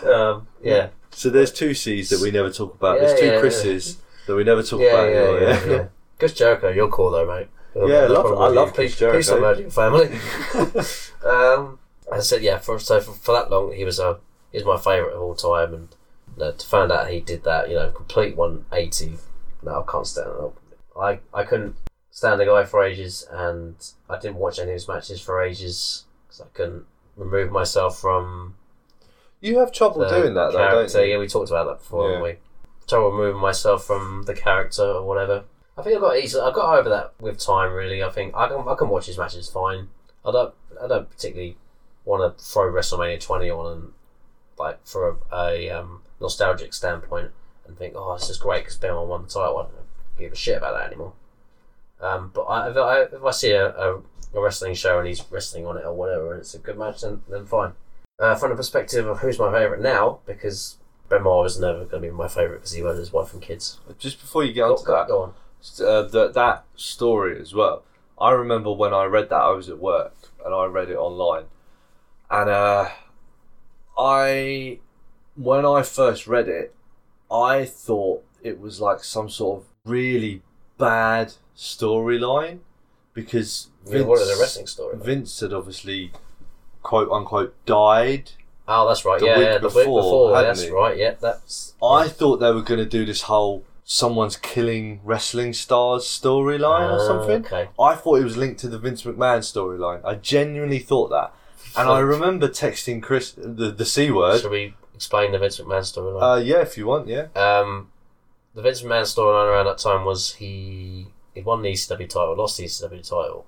[SPEAKER 3] um, yeah.
[SPEAKER 2] so there's two c's that we never talk about there's
[SPEAKER 3] Yeah,
[SPEAKER 2] two
[SPEAKER 3] yeah, yeah.
[SPEAKER 2] chris's that we never talk
[SPEAKER 3] Yeah,
[SPEAKER 2] about
[SPEAKER 3] yeah,
[SPEAKER 2] anymore,
[SPEAKER 3] yeah, yeah. Good Jericho, you're cool though, mate.
[SPEAKER 2] Yeah, I love-
[SPEAKER 3] problem
[SPEAKER 2] I
[SPEAKER 3] with
[SPEAKER 2] love
[SPEAKER 3] you.
[SPEAKER 2] Chris
[SPEAKER 3] Please- Please
[SPEAKER 2] Jericho.
[SPEAKER 3] don't murder your family. um, I said, yeah, for, so for, for that long, he was a he was my favourite of all time, and you know, to find out he did that, you know, complete 180. No, I can't stand it. I I couldn't standing eye for ages, and I didn't watch any of his matches for ages because I couldn't remove myself from
[SPEAKER 2] You have trouble
[SPEAKER 3] the
[SPEAKER 2] doing that, though,
[SPEAKER 3] character.
[SPEAKER 2] don't you?
[SPEAKER 3] Yeah, we talked about that before,
[SPEAKER 2] Yeah.
[SPEAKER 3] haven't we? Trouble removing myself from the character or whatever. I think I got easy. I got over that with time. Really, I think I can I can watch his matches fine. I don't I don't particularly want to throw WrestleMania twenty on and like for a, a um, nostalgic standpoint and think oh this is great because Ben won the title. I don't give a shit about that anymore. Um, but I, if, I, if I see a, a, a wrestling show and he's wrestling on it or whatever and it's a good match, then, then fine uh, from the perspective of who's my favourite now, because Benoit was never going to be my favourite because he murdered his wife and kids.
[SPEAKER 2] Just before you get
[SPEAKER 3] Go,
[SPEAKER 2] onto
[SPEAKER 3] go,
[SPEAKER 2] that,
[SPEAKER 3] go on.
[SPEAKER 2] uh, that that story as well. I remember when I read that I was at work and I read it online, and uh, I when I first read it, I thought it was like some sort of really bad storyline because
[SPEAKER 3] We
[SPEAKER 2] Vince,
[SPEAKER 3] wanted a wrestling story.
[SPEAKER 2] Vince had obviously quote unquote died.
[SPEAKER 3] Oh, that's right.
[SPEAKER 2] The
[SPEAKER 3] yeah,
[SPEAKER 2] week
[SPEAKER 3] yeah, the
[SPEAKER 2] before,
[SPEAKER 3] week before.
[SPEAKER 2] hadn't
[SPEAKER 3] That's
[SPEAKER 2] he?
[SPEAKER 3] right. Yeah, that's
[SPEAKER 2] I thought they were going to do this whole someone's killing wrestling stars storyline or
[SPEAKER 3] Ah,
[SPEAKER 2] something.
[SPEAKER 3] Okay.
[SPEAKER 2] I thought it was linked to the Vince McMahon storyline. I genuinely thought that. And I remember texting Chris the, the C word.
[SPEAKER 3] Should we explain the Vince McMahon storyline?
[SPEAKER 2] Uh, yeah, if you want, yeah.
[SPEAKER 3] um, the Vince McMahon storyline around that time was he he won the ECW title, lost the ECW title,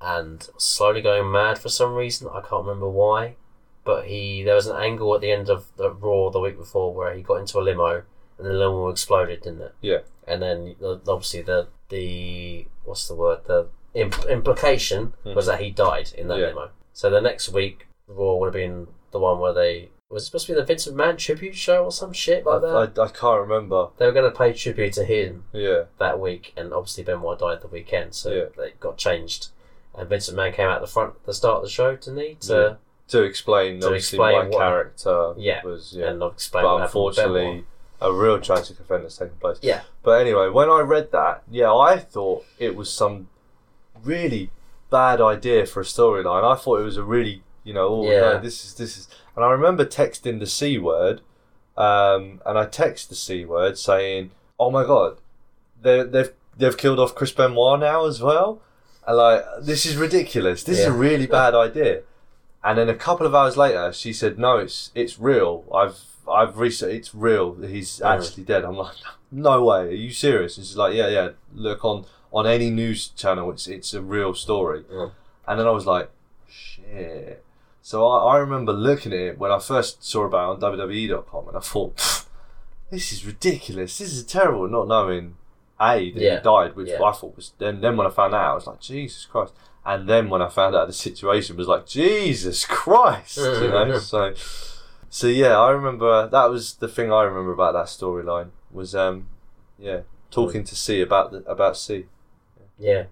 [SPEAKER 3] and was slowly going mad for some reason. I can't remember why, but he there was an angle at the end of the Raw the week before where he got into a limo and the limo exploded, didn't it?
[SPEAKER 2] Yeah.
[SPEAKER 3] And then the- obviously the the what's the word the imp- implication was that he died in that
[SPEAKER 2] Hmm. Yeah.
[SPEAKER 3] limo. So the next week Raw would have been the one where they was it supposed to be the Vince McMahon tribute show or some shit
[SPEAKER 2] I,
[SPEAKER 3] like that.
[SPEAKER 2] I, I can't remember.
[SPEAKER 3] They were going to pay tribute to him
[SPEAKER 2] Yeah.
[SPEAKER 3] that week, and obviously Benoit died the weekend, so
[SPEAKER 2] Yeah.
[SPEAKER 3] they got changed. And Vincent Mann came out the front at the start of the show, didn't he? To,
[SPEAKER 2] To explain,
[SPEAKER 3] To
[SPEAKER 2] obviously,
[SPEAKER 3] explain
[SPEAKER 2] my
[SPEAKER 3] what-
[SPEAKER 2] character
[SPEAKER 3] Yeah.
[SPEAKER 2] was. Yeah.
[SPEAKER 3] And I've explained
[SPEAKER 2] But
[SPEAKER 3] what happened with Benoit.
[SPEAKER 2] unfortunately, a real tragic event has taken place.
[SPEAKER 3] Yeah.
[SPEAKER 2] But anyway, when I read that, yeah, I thought it was some really bad idea for a storyline. I thought it was a really, you know, oh
[SPEAKER 3] Yeah.
[SPEAKER 2] no, this is this is. And I remember texting the c word, um, and I text the c word saying, "Oh my god, they they've they've killed off Chris Benoit now as well." And like, this is ridiculous. This is a
[SPEAKER 3] Yeah.
[SPEAKER 2] really bad idea. And then a couple of hours later, she said, "No, it's it's real. I've I've researched. It's real. He's
[SPEAKER 3] Mm.
[SPEAKER 2] actually dead." I'm like, "No way. Are you serious?" And she's like, "Yeah, yeah. Look on on any news channel. It's it's a real story."
[SPEAKER 3] Mm.
[SPEAKER 2] And then I was like, "Shit." So I, I remember looking at it when I first saw about it on WWE.com, and I thought, "Pfft, "This is ridiculous. This is terrible." Not knowing a that
[SPEAKER 3] Yeah.
[SPEAKER 2] he died, which
[SPEAKER 3] Yeah.
[SPEAKER 2] I thought was then. Then when I found out, I was like, "Jesus Christ." And then when I found out the situation was like, Jesus Christ, you know. so, so yeah, I remember that was the thing I remember about that storyline was, um, yeah, talking to C about the, about C.
[SPEAKER 3] Yeah.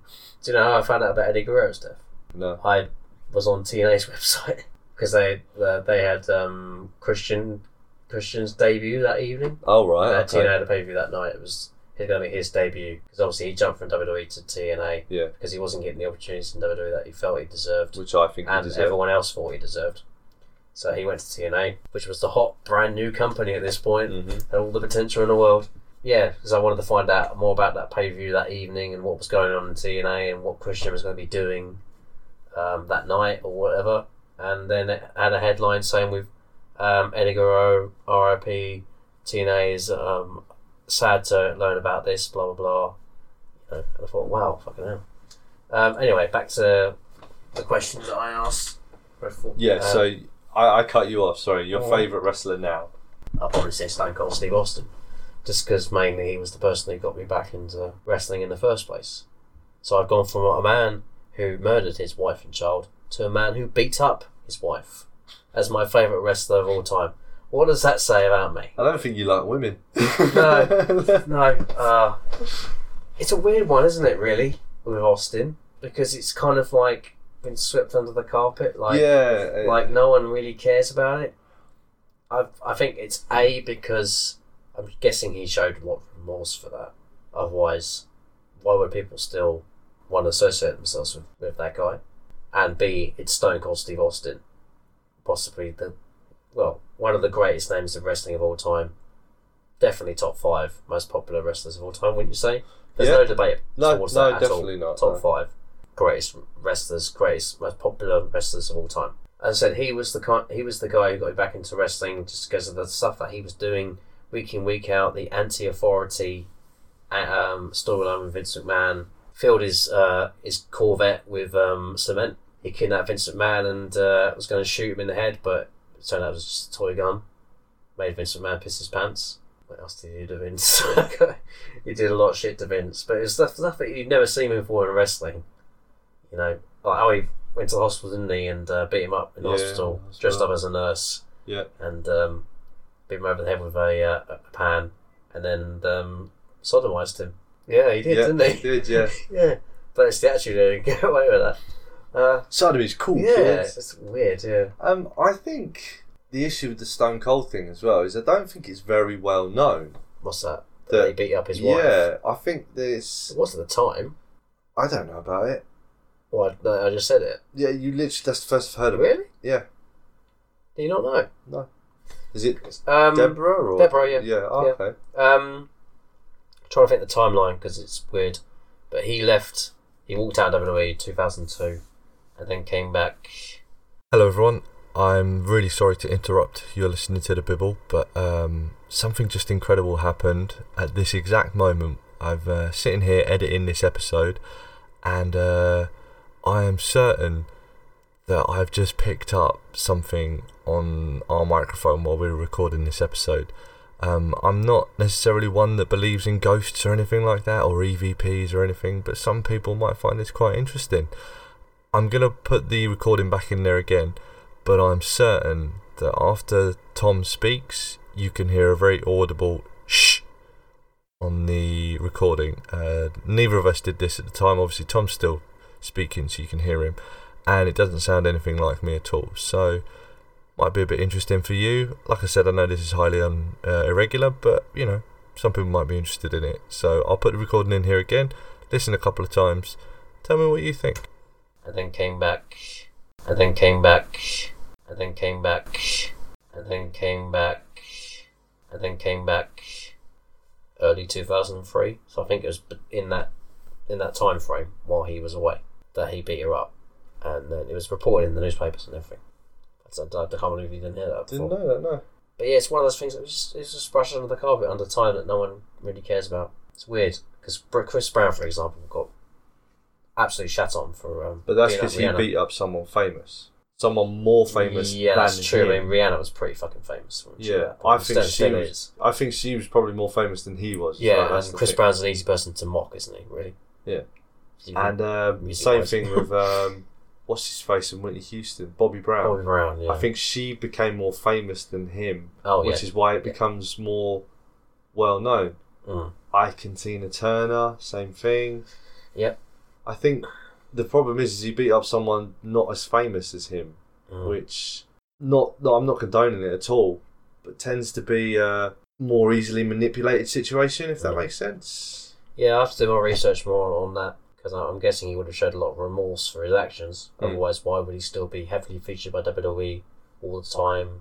[SPEAKER 3] Do you know how I found out about Eddie Guerrero's death?
[SPEAKER 2] No,
[SPEAKER 3] I was on TNA's website because they uh, they had um, Christian Christian's debut that evening.
[SPEAKER 2] oh right,
[SPEAKER 3] Uh, TNA
[SPEAKER 2] okay.
[SPEAKER 3] had a pay per view that night. It was going to be his debut because obviously he jumped from WWE to TNA
[SPEAKER 2] Yeah.
[SPEAKER 3] because he wasn't getting the opportunities in WWE that he felt he deserved.
[SPEAKER 2] which I think
[SPEAKER 3] and
[SPEAKER 2] is
[SPEAKER 3] everyone else thought he deserved. So he went to TNA, which was the hot, brand new company at this point,
[SPEAKER 2] Mhm.
[SPEAKER 3] had all the potential in the world. Yeah, because I wanted to find out more about that pay per view that evening and what was going on in TNA and what Christian was going to be doing um, that night or whatever. And then it had a headline saying with um, Eddie Guerrero, RIP, TNA is um, sad to learn about this, blah, blah, blah. You know, and I thought, wow, fucking hell. Um, anyway, back to the question that I asked.
[SPEAKER 2] Yeah,
[SPEAKER 3] Um,
[SPEAKER 2] so I, I cut you off. Sorry, your
[SPEAKER 3] Oh.
[SPEAKER 2] favorite wrestler now?
[SPEAKER 3] I'll probably say Stone Cold Steve Austin, just because mainly he was the person who got me back into wrestling in the first place. So I've gone from a man who murdered his wife and child to a man who beat up his wife as my favourite wrestler of all time. What does that say about me?
[SPEAKER 2] I don't think you like women.
[SPEAKER 3] No. No, uh, it's a weird one, isn't it? Really, with Austin, because it's kind of like been swept under the carpet. Like,
[SPEAKER 2] yeah,
[SPEAKER 3] like no one really cares about it. I I think it's a because I'm guessing he showed a lot of remorse for that. Otherwise, why would people still want to associate themselves with, with that guy? And b it's Stone Cold Steve Austin, possibly the well one of the greatest names of wrestling of all time, definitely top five most popular wrestlers of all time, wouldn't you say? There's
[SPEAKER 2] Yeah.
[SPEAKER 3] no debate
[SPEAKER 2] No,
[SPEAKER 3] towards
[SPEAKER 2] no,
[SPEAKER 3] that at
[SPEAKER 2] definitely
[SPEAKER 3] all.
[SPEAKER 2] not.
[SPEAKER 3] Top
[SPEAKER 2] no.
[SPEAKER 3] five greatest wrestlers, greatest most popular wrestlers of all time. As I said, he was the kind, he was the guy who got me back into wrestling just because of the stuff that he was doing week in week out, the anti-authority uh, um, storyline with Vince McMahon. Filled his uh, his Corvette with um, cement. He kidnapped Vince McMahon and uh, was going to shoot him in the head, but it turned out it was just a toy gun. Made Vince McMahon piss his pants. What else did he do to Vince? he did a lot of shit to Vince, but it's stuff, stuff that you've never seen before in wrestling. You know, like how he went to the hospital, didn't he, and uh, beat him up in the
[SPEAKER 2] Yeah,
[SPEAKER 3] hospital,
[SPEAKER 2] that's
[SPEAKER 3] dressed
[SPEAKER 2] right.
[SPEAKER 3] up as a nurse,
[SPEAKER 2] Yeah.
[SPEAKER 3] and um, beat him over the head with a, uh, a pan, and then um, sodomized him. Yeah, he did,
[SPEAKER 2] yeah,
[SPEAKER 3] didn't he?
[SPEAKER 2] Did yeah.
[SPEAKER 3] yeah, but it's the attitude that get away with that. Uh,
[SPEAKER 2] Sodomy's cool.
[SPEAKER 3] yeah,
[SPEAKER 2] kids.
[SPEAKER 3] it's weird. Yeah,
[SPEAKER 2] Um, I think the issue with the Stone Cold thing as well is I don't think it's very well known.
[SPEAKER 3] what's that?
[SPEAKER 2] The-
[SPEAKER 3] That they beat up his wife.
[SPEAKER 2] Yeah, I think this.
[SPEAKER 3] It was at the time.
[SPEAKER 2] I don't know about it.
[SPEAKER 3] Well, I, no, I just said it.
[SPEAKER 2] Yeah, you literally that's the first I've heard of it.
[SPEAKER 3] Really?
[SPEAKER 2] Yeah,
[SPEAKER 3] Do you not know?
[SPEAKER 2] is it
[SPEAKER 3] Um,
[SPEAKER 2] Deborah or
[SPEAKER 3] Deborah, yeah.
[SPEAKER 2] Yeah, oh,
[SPEAKER 3] Yeah.
[SPEAKER 2] okay.
[SPEAKER 3] Um, trying to think the timeline because it's weird. But he left. He walked out of E WWE 2002, and then came back.
[SPEAKER 1] Hello, everyone. I'm really sorry to interrupt. You're listening to the Bibble, but um, something just incredible happened at this exact moment. I've uh, sitting here editing this episode, and uh, I am certain that I've just picked up something on our microphone while we were recording this episode. Um, I'm not necessarily one that believes in ghosts or anything like that, or EVPs or anything, but some people might find this quite interesting. I'm gonna put the recording back in there again, but I'm certain that after Tom speaks, you can hear a very audible shh on the recording. Uh, neither of us did this at the time. Obviously, Tom's still speaking, so you can hear him, and it doesn't sound anything like me at all. So, might be a bit interesting for you. Like I said, I know this is highly un, uh, irregular, but you know, some people might be interested in it. So, I'll put the recording in here again. Listen a couple of times. Tell me what you think.
[SPEAKER 3] and then came back, and then came back, and then came back, and then came back, and then came back. Early two thousand three, so I think it was b- in that in that time frame while he was away that he beat her up, and then it was reported in the newspapers and everything. That's, I, I can't believe you didn't hear that.
[SPEAKER 2] Didn't
[SPEAKER 3] before.
[SPEAKER 2] know that. No.
[SPEAKER 3] But yeah, it's one of those things that was just, it's just brushed under the carpet under time that no one really cares about. It's weird because Chris Brown, for example, got absolutely shat on for. Um,
[SPEAKER 2] But that's
[SPEAKER 3] being
[SPEAKER 2] because
[SPEAKER 3] like
[SPEAKER 2] he
[SPEAKER 3] Rihanna.
[SPEAKER 2] beat up someone famous, someone more famous.
[SPEAKER 3] Yeah,
[SPEAKER 2] than
[SPEAKER 3] that's true. I
[SPEAKER 2] him.
[SPEAKER 3] mean, Rihanna was pretty fucking famous. uh, wasn't she?
[SPEAKER 2] yeah, I
[SPEAKER 3] Still-
[SPEAKER 2] think she
[SPEAKER 3] still
[SPEAKER 2] was.
[SPEAKER 3] is.
[SPEAKER 2] I think she was probably more famous than he was. as well,
[SPEAKER 3] Yeah,
[SPEAKER 2] that's
[SPEAKER 3] and
[SPEAKER 2] the
[SPEAKER 3] Chris
[SPEAKER 2] thing.
[SPEAKER 3] Brown's an easy person to mock, isn't he? Really.
[SPEAKER 2] Yeah.
[SPEAKER 3] You can-
[SPEAKER 2] And um,
[SPEAKER 3] Music
[SPEAKER 2] same
[SPEAKER 3] wise.
[SPEAKER 2] thing with um, what's his face and Whitney Houston, Bobby Brown.
[SPEAKER 3] Bobby Brown. Yeah.
[SPEAKER 2] I think she became more famous than him,
[SPEAKER 3] Oh yeah.
[SPEAKER 2] which is why it
[SPEAKER 3] Yeah.
[SPEAKER 2] becomes more well known.
[SPEAKER 3] Mm.
[SPEAKER 2] Ike and Tina Turner, same thing.
[SPEAKER 3] Yep.
[SPEAKER 2] I think the problem is, is he beat up someone not as famous as him,
[SPEAKER 3] Mm.
[SPEAKER 2] which not no, I'm not condoning it at all, but tends to be a more easily manipulated situation if that
[SPEAKER 3] Mm.
[SPEAKER 2] makes sense.
[SPEAKER 3] Yeah, I have to do my research more on that because I'm guessing he would have showed a lot of remorse for his actions.
[SPEAKER 2] Mm.
[SPEAKER 3] Otherwise, why would he still be heavily featured by WWE all the time?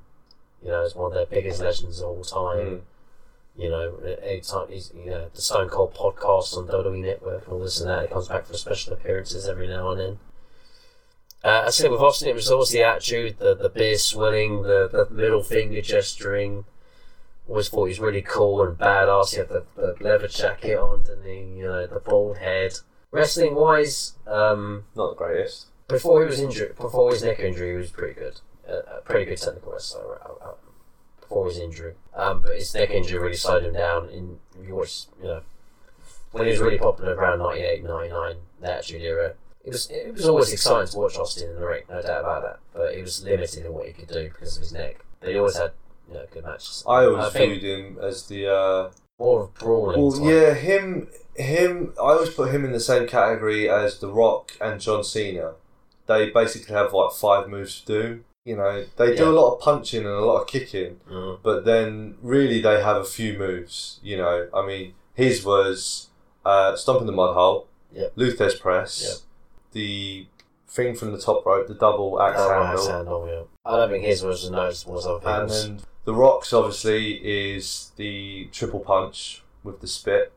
[SPEAKER 3] You know, as one of their biggest legends of all
[SPEAKER 2] Hmm.
[SPEAKER 3] time. You know, any time he's you know the Stone Cold podcast on WWE Network and all this and that. He comes back for special appearances every now and then. Uh, I said with Austin, it was always the attitude, the the beer swilling, the, the middle finger gesturing always thought he was really cool and badass. He had the, the leather jacket on, didn't he? You know, the bald head. Wrestling wise, um,
[SPEAKER 2] Not the greatest.
[SPEAKER 3] before he was injured, before his neck injury, he was pretty good. Uh, a pretty good technical wrestler. Uh, uh, before his injury, um, but his neck injury really slowed him down. In if you watch, you know, when he was really popular around 98, 99, that attitude era. It was it was always exciting to watch Austin in the ring, no doubt about that. But he was limited in what he could do because of his neck. But he always had you know good matches.
[SPEAKER 2] I always
[SPEAKER 3] think-
[SPEAKER 2] viewed him as the. Uh,
[SPEAKER 3] more of brawling.
[SPEAKER 2] well,
[SPEAKER 3] type.
[SPEAKER 2] yeah, him, him. I always put him in the same category as The Rock and John Cena. They basically have like five moves to do. You know, they do
[SPEAKER 3] Yeah.
[SPEAKER 2] a lot of punching and a lot of kicking,
[SPEAKER 3] Mm.
[SPEAKER 2] but then really they have a few moves. You know, I mean, his was uh, stomping the mud hole,
[SPEAKER 3] Yep.
[SPEAKER 2] Luther's press, the thing from the top rope, the double axe
[SPEAKER 3] Oh,
[SPEAKER 2] handle,
[SPEAKER 3] Sandal, yeah. I don't think his was as noticeable as other
[SPEAKER 2] and
[SPEAKER 3] people's.
[SPEAKER 2] then The Rocks obviously is the triple punch with the spit.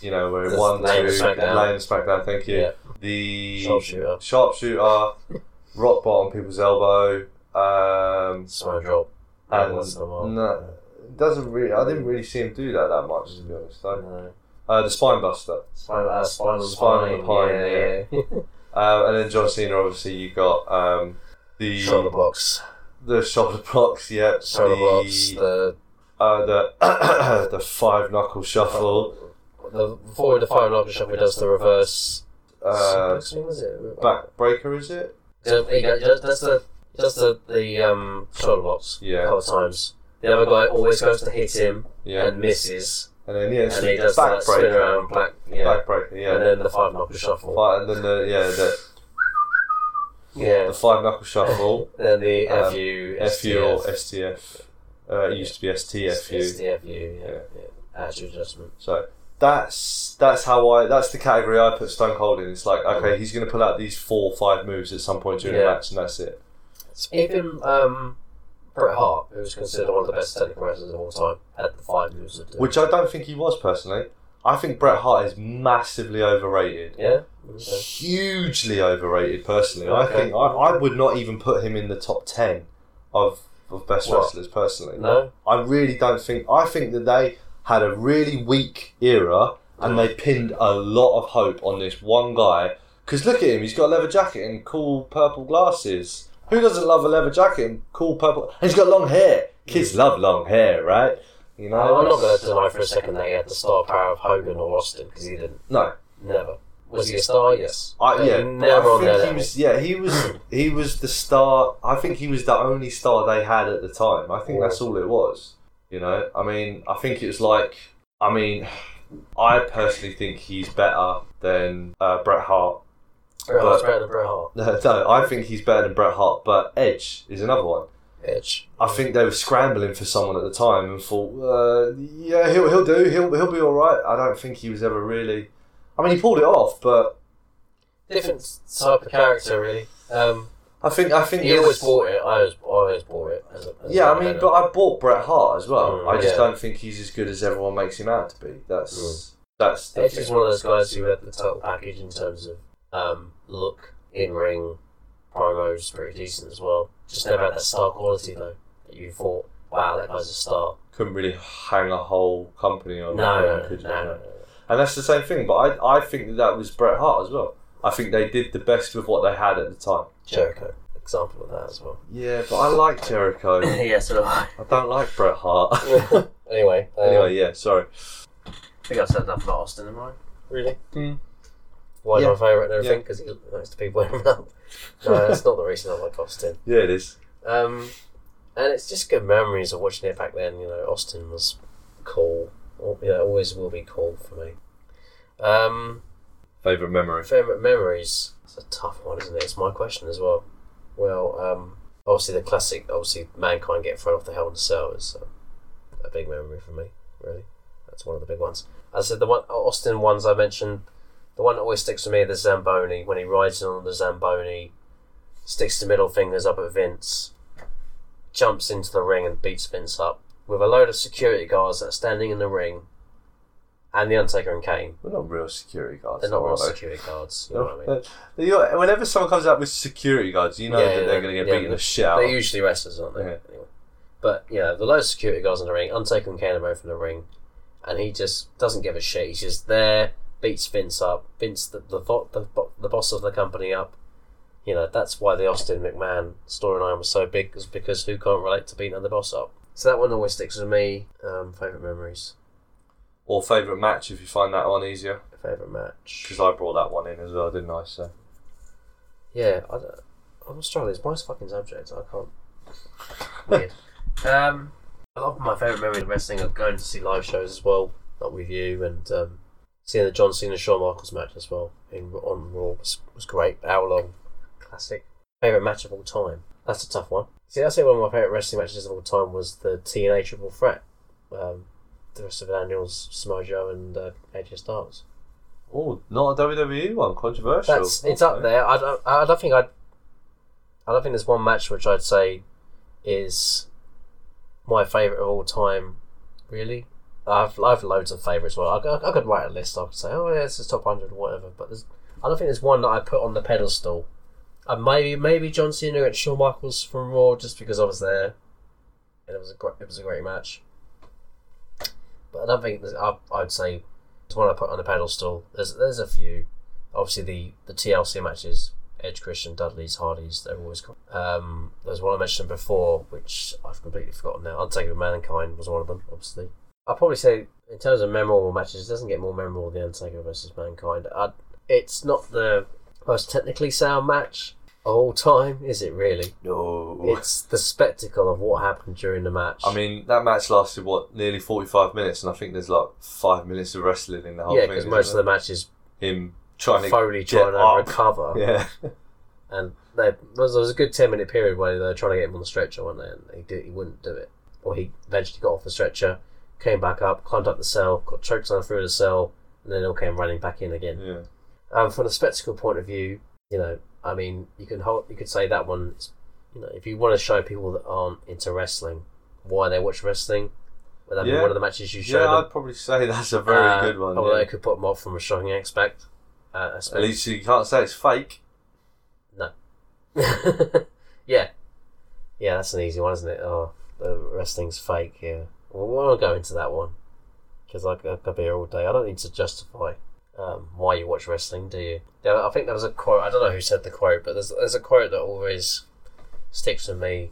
[SPEAKER 2] You know, where
[SPEAKER 3] That's
[SPEAKER 2] one, two,
[SPEAKER 3] Lane
[SPEAKER 2] Lane
[SPEAKER 3] and Smackdown.
[SPEAKER 2] and Smackdown, thank you.
[SPEAKER 3] Yeah.
[SPEAKER 2] The
[SPEAKER 3] Sharpshooter.
[SPEAKER 2] sharpshooter, rock bottom people's elbow. Um,
[SPEAKER 3] Smash drop.
[SPEAKER 2] and
[SPEAKER 3] once in a while.
[SPEAKER 2] no, doesn't really. I didn't really see him do that that much, to be honest. Though.
[SPEAKER 3] No.
[SPEAKER 2] Uh, the spine buster,
[SPEAKER 3] Spinal, uh, spinal,
[SPEAKER 2] Spinal
[SPEAKER 3] spine,
[SPEAKER 2] Pine,
[SPEAKER 3] yeah. yeah.
[SPEAKER 2] um, and then John Cena. Obviously, you got um, the
[SPEAKER 3] Shoulder box.
[SPEAKER 2] the shoulder blocks. Yeah,
[SPEAKER 3] Shoulder
[SPEAKER 2] the,
[SPEAKER 3] box. The,
[SPEAKER 2] uh, the the five knuckle shuffle,
[SPEAKER 3] the before the fire knocker shuffle, he does the reverse.
[SPEAKER 2] uh,
[SPEAKER 3] suplex, was it?
[SPEAKER 2] backbreaker. Is it?
[SPEAKER 3] So he does, he does- does the he does the the um, shoulder blocks a
[SPEAKER 2] Yeah,
[SPEAKER 3] couple of times. The other guy always goes to hit him
[SPEAKER 2] yeah.
[SPEAKER 3] and misses,
[SPEAKER 2] And then yeah,
[SPEAKER 3] and he does that spin
[SPEAKER 2] backbreaker,
[SPEAKER 3] around, black, yeah,
[SPEAKER 2] backbreaker.
[SPEAKER 3] and
[SPEAKER 2] Yeah,
[SPEAKER 3] then the five knocker shuffle.
[SPEAKER 2] Fi- and then the yeah the,
[SPEAKER 3] Yeah.
[SPEAKER 2] the five knuckle shuffle.
[SPEAKER 3] Then the
[SPEAKER 2] Um,
[SPEAKER 3] FU,
[SPEAKER 2] FU or E
[SPEAKER 3] STF,
[SPEAKER 2] STF. Uh, it used to be STFU.
[SPEAKER 3] STFU, yeah,
[SPEAKER 2] Yeah.
[SPEAKER 3] yeah. Attitude adjustment.
[SPEAKER 2] So that's that's how I that's the category I put Stone Cold in. It's like okay, he's going to pull out these four five moves at some point during the
[SPEAKER 3] Yeah.
[SPEAKER 2] match, and that's it.
[SPEAKER 3] Even um, Bret Hart, who was considered one of the best technical wrestlers of all time, had the five moves of doing.
[SPEAKER 2] Which I don't think he was personally. I think Bret Hart is massively overrated.
[SPEAKER 3] yeah, okay.
[SPEAKER 2] Hugely overrated, personally. I
[SPEAKER 3] Okay.
[SPEAKER 2] think I, I would not even put him in the top ten of of best
[SPEAKER 3] What?
[SPEAKER 2] wrestlers personally.
[SPEAKER 3] no,
[SPEAKER 2] I really don't think. I think that they had a really weak era and they pinned a lot of hope on this one guy. Because look at him, he's got a leather jacket and cool purple glasses. Who doesn't love a leather jacket and cool purple? And he's got long hair. Kids love long hair, right? You know,
[SPEAKER 3] Oh, I'm not going to deny for a second that he had the star power of Hogan or Austin because he didn't.
[SPEAKER 2] no.
[SPEAKER 3] Never was he a star? Yes,
[SPEAKER 2] I,
[SPEAKER 3] But
[SPEAKER 2] yeah,
[SPEAKER 3] he
[SPEAKER 2] but
[SPEAKER 3] never on
[SPEAKER 2] I
[SPEAKER 3] there.
[SPEAKER 2] think he was. Yeah, he was. he was the star. I think he was the only star they had at the time. I think that's all it was. You know, I mean, I think it was like. I mean, I personally think he's better than uh, Bret Hart.
[SPEAKER 3] Bret Hart's
[SPEAKER 2] but-
[SPEAKER 3] better than Bret Hart.
[SPEAKER 2] No, no, I think he's better than Bret Hart. But Edge is another one.
[SPEAKER 3] Edge.
[SPEAKER 2] I think they were scrambling for someone at the time and thought, uh, yeah, he'll he'll do. He'll he'll be all right. I don't think he was ever really. I mean, he pulled it off, but
[SPEAKER 3] different type of character, really. Um,
[SPEAKER 2] I think I think
[SPEAKER 3] he
[SPEAKER 2] it was-
[SPEAKER 3] always bought it. I always, I always bought it. As a, as
[SPEAKER 2] Yeah,
[SPEAKER 3] a
[SPEAKER 2] I mean,
[SPEAKER 3] wrestler.
[SPEAKER 2] but I bought Bret Hart as well.
[SPEAKER 3] Mm,
[SPEAKER 2] I just
[SPEAKER 3] yeah.
[SPEAKER 2] don't think he's as good as everyone makes him out to be. That's that's the
[SPEAKER 3] Edge
[SPEAKER 2] thing.
[SPEAKER 3] is one of those guys who had the total package in terms of um, look, in ring, promos, pretty decent as well. Just never had that star quality though. That you thought, wow, that guy's a star.
[SPEAKER 2] couldn't really hang a whole company
[SPEAKER 3] No,
[SPEAKER 2] on.
[SPEAKER 3] no, no,
[SPEAKER 2] could you?
[SPEAKER 3] no, no.
[SPEAKER 2] And that's the same thing. But I I think that that was Bret Hart as well. I think they did the best with what they had at the time.
[SPEAKER 3] Jericho, example of that as well.
[SPEAKER 2] Yeah, but I like Jericho. I
[SPEAKER 3] yeah, so
[SPEAKER 2] don't like Bret Hart.
[SPEAKER 3] anyway, um,
[SPEAKER 2] anyway, yeah, sorry.
[SPEAKER 3] I think I've said enough about Austin, am I? Really?
[SPEAKER 2] Hmm.
[SPEAKER 3] Why
[SPEAKER 2] Yeah.
[SPEAKER 3] my favourite and everything?
[SPEAKER 2] Yeah.
[SPEAKER 3] Because he likes to be wearing around. No, that's not the reason I like Austin.
[SPEAKER 2] Yeah, it is.
[SPEAKER 3] Um, and it's just good memories of watching it back then. You know, Austin was cool. Al- Yeah, always will be cool for me. Um,
[SPEAKER 2] Favorite memory.
[SPEAKER 3] favorite memories. It's a tough one, isn't it? It's my question as well. Well, um, obviously the classic, obviously mankind getting thrown off the Hell in a Cell is uh, a big memory for me. Really, that's one of the big ones. As I said the one Austin ones I mentioned. The one that always sticks with me, the Zamboni, when he rides on the Zamboni, sticks the middle fingers up at Vince, jumps into the ring and beats Vince up with a load of security guards that are standing in the ring, and the Undertaker and Kane.
[SPEAKER 2] We're not real security guards.
[SPEAKER 3] They're not
[SPEAKER 2] are
[SPEAKER 3] real
[SPEAKER 2] we?
[SPEAKER 3] security guards. You know what I mean?
[SPEAKER 2] No. You're- Whenever someone comes out with security guards, you know
[SPEAKER 3] Yeah,
[SPEAKER 2] that
[SPEAKER 3] yeah,
[SPEAKER 2] they're going to get
[SPEAKER 3] yeah,
[SPEAKER 2] beaten the shit out.
[SPEAKER 3] They're usually wrestlers, aren't they?
[SPEAKER 2] Yeah.
[SPEAKER 3] Anyway. But yeah, the low security guards in the ring, Undertaker and Kane are both in the ring, and he just doesn't give a shit. He's just there, beats Vince up, Vince the the vo- the, bo- the boss of the company up. You know that's why the Austin McMahon storyline was so big, is because who can't relate to beating the boss up? So that one always sticks with me. Um, favorite memories,
[SPEAKER 2] or favourite match if you find that one easier.
[SPEAKER 3] favorite match.
[SPEAKER 2] Because I brought that one in as well, didn't I? So
[SPEAKER 3] Yeah, I don't, I'm struggling. It's my fucking subject. I can't. Weird. um, a lot of my favourite memories of wrestling are going to see live shows as well, like with you, and um, seeing the John Cena Shawn Michaels match as well in on Raw was, was great. Hour long, classic. Favourite match of all time. That's a tough one. See, I say one of my favourite wrestling matches of all time was the TNA Triple Threat. Um, the rest of Daniels, Samoa Joe, and uh, AJ Styles.
[SPEAKER 2] Oh, not a WWE one, controversial.
[SPEAKER 3] That's it's up there. I don't. I don't think I'd. I don't think there's one match which I'd say is my favorite of all time, really. I've I've loads of favorites. Well, I, could- I could write a list. I could say, oh yeah, this is top hundred or whatever. But there's, I don't think there's one that I put on the pedestal. And maybe maybe John Cena and Shawn Michaels from Raw just because I was there, and it was a great, it was a great match. But I don't think there's- I, I'd say it's one I put on the pedestal. There's there's a few. Obviously the the TLC matches Edge, Christian, Dudley's, Hardy's, they're always cool. Um, there's one I mentioned before, which I've completely forgotten now. Undertaker with Mankind was one of them, obviously. I'd probably say, in terms of memorable matches, it doesn't get more memorable than Undertaker versus Mankind. i it's not the most technically sound match of all time, is it really?
[SPEAKER 2] No.
[SPEAKER 3] It's the spectacle of what happened during the match.
[SPEAKER 2] I mean, that match lasted what nearly forty-five minutes, and I think there's like five minutes of wrestling in the whole
[SPEAKER 3] yeah,
[SPEAKER 2] thing.
[SPEAKER 3] because
[SPEAKER 2] isn't
[SPEAKER 3] most of
[SPEAKER 2] there?
[SPEAKER 3] the matches,
[SPEAKER 2] him trying to
[SPEAKER 3] Foley
[SPEAKER 2] get
[SPEAKER 3] trying to
[SPEAKER 2] up.
[SPEAKER 3] recover.
[SPEAKER 2] yeah,
[SPEAKER 3] And they, there was there was a good ten minute period where they were trying to get him on the stretcher, weren't they? And he did, he wouldn't do it. Or he eventually got off the stretcher, came back up, climbed up the cell, got choked on through the cell, and then all came running back in again.
[SPEAKER 2] yeah.
[SPEAKER 3] Um, from a spectacle point of view, you know, I mean, you can hold, you could say that one. Is, you know, if you want to show people that aren't into wrestling why they watch wrestling, would that be
[SPEAKER 2] Yeah.
[SPEAKER 3] one of the matches you show
[SPEAKER 2] Yeah,
[SPEAKER 3] them?
[SPEAKER 2] I'd probably say that's a very
[SPEAKER 3] Uh,
[SPEAKER 2] good one.
[SPEAKER 3] Although
[SPEAKER 2] yeah.
[SPEAKER 3] it could put them off from a shocking aspect. Uh,
[SPEAKER 2] At
[SPEAKER 3] aspect.
[SPEAKER 2] least you can't say it's fake.
[SPEAKER 3] yeah. Yeah, that's an easy one, isn't it? Oh, the wrestling's fake, yeah. Well, we won't go into that one. Because I, I could be here all day. I don't need to justify um, why you watch wrestling, do you? There, I think there was a quote, I don't know who said the quote, but there's, there's a quote that always sticks with me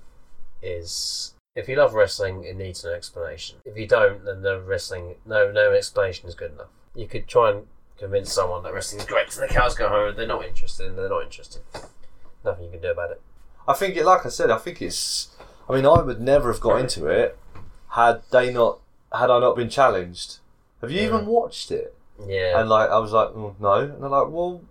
[SPEAKER 3] is if you love wrestling, it needs no explanation. If you don't, then no wrestling, no no explanation is good enough. You could try and convince someone that wrestling is great, so the cows go home. They're not interested. and They're not interested. Nothing you can do about it.
[SPEAKER 2] I think it, like I said, I think it's. I mean, I would never have got into it had they not had I not been challenged. Have you even watched it?
[SPEAKER 3] Yeah,
[SPEAKER 2] And like, I was like, "Mm, no, and they're like, well,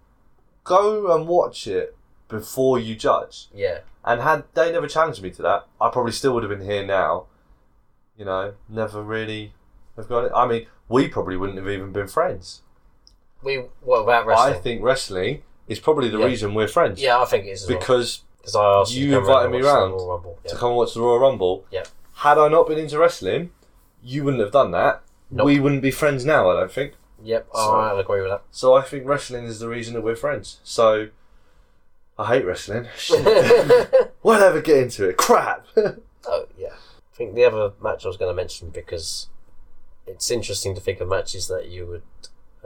[SPEAKER 2] go and watch it before you judge.
[SPEAKER 3] yeah,
[SPEAKER 2] And had they never challenged me to that, I probably still would have been here now. You know, never really have got it. I mean, we probably wouldn't have even been friends.
[SPEAKER 3] we what about wrestling?
[SPEAKER 2] I think wrestling is probably the
[SPEAKER 3] Yeah.
[SPEAKER 2] reason we're friends.
[SPEAKER 3] yeah, I think it is because
[SPEAKER 2] Because
[SPEAKER 3] well. I asked
[SPEAKER 2] you
[SPEAKER 3] to come
[SPEAKER 2] invited me
[SPEAKER 3] round.
[SPEAKER 2] round.
[SPEAKER 3] and watch the Royal Rumble. Yeah.
[SPEAKER 2] to come and watch the Royal Rumble.
[SPEAKER 3] Yeah.
[SPEAKER 2] Had I not been into wrestling, you wouldn't have done that.
[SPEAKER 3] Nope.
[SPEAKER 2] We wouldn't be friends now, I don't think.
[SPEAKER 3] Yep,
[SPEAKER 2] So-
[SPEAKER 3] alright, I'll agree with that.
[SPEAKER 2] So I think wrestling is the reason that we're friends. So I hate wrestling. we'll never get into it. Crap.
[SPEAKER 3] Oh yeah. I think the other match I was going to mention because it's interesting to think of matches that you would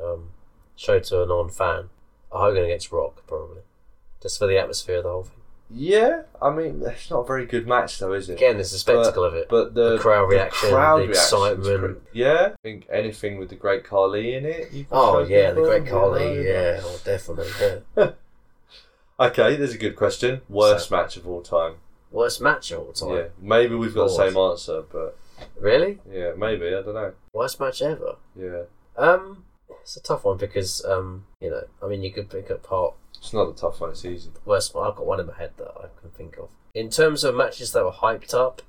[SPEAKER 3] um, show to a non-fan. Hogan against Rock probably, just for the atmosphere of the whole thing.
[SPEAKER 2] yeah, I mean, it's not a very good match though, is it?
[SPEAKER 3] Again, there's the spectacle of it.
[SPEAKER 2] But the,
[SPEAKER 3] The crowd reaction, the
[SPEAKER 2] reaction's
[SPEAKER 3] excitement.
[SPEAKER 2] great. Yeah, I think anything with the Great Carly in it. you can
[SPEAKER 3] oh
[SPEAKER 2] show
[SPEAKER 3] yeah, the
[SPEAKER 2] people,
[SPEAKER 3] Great
[SPEAKER 2] you
[SPEAKER 3] Carly.
[SPEAKER 2] know.
[SPEAKER 3] Yeah, oh, definitely. Yeah.
[SPEAKER 2] Okay, there's a good question. Worst match of all time.
[SPEAKER 3] Worst match of all time.
[SPEAKER 2] Yeah, maybe we've got the
[SPEAKER 3] Yours.
[SPEAKER 2] same answer, but
[SPEAKER 3] Really?
[SPEAKER 2] yeah, maybe I don't know.
[SPEAKER 3] Worst match ever.
[SPEAKER 2] Yeah,
[SPEAKER 3] Um, it's a tough one because um, you know, I mean, you could pick apart
[SPEAKER 2] it's not a tough one. It's easy.
[SPEAKER 3] worst one. I've got one in my head that I can think of. In terms of matches that were hyped up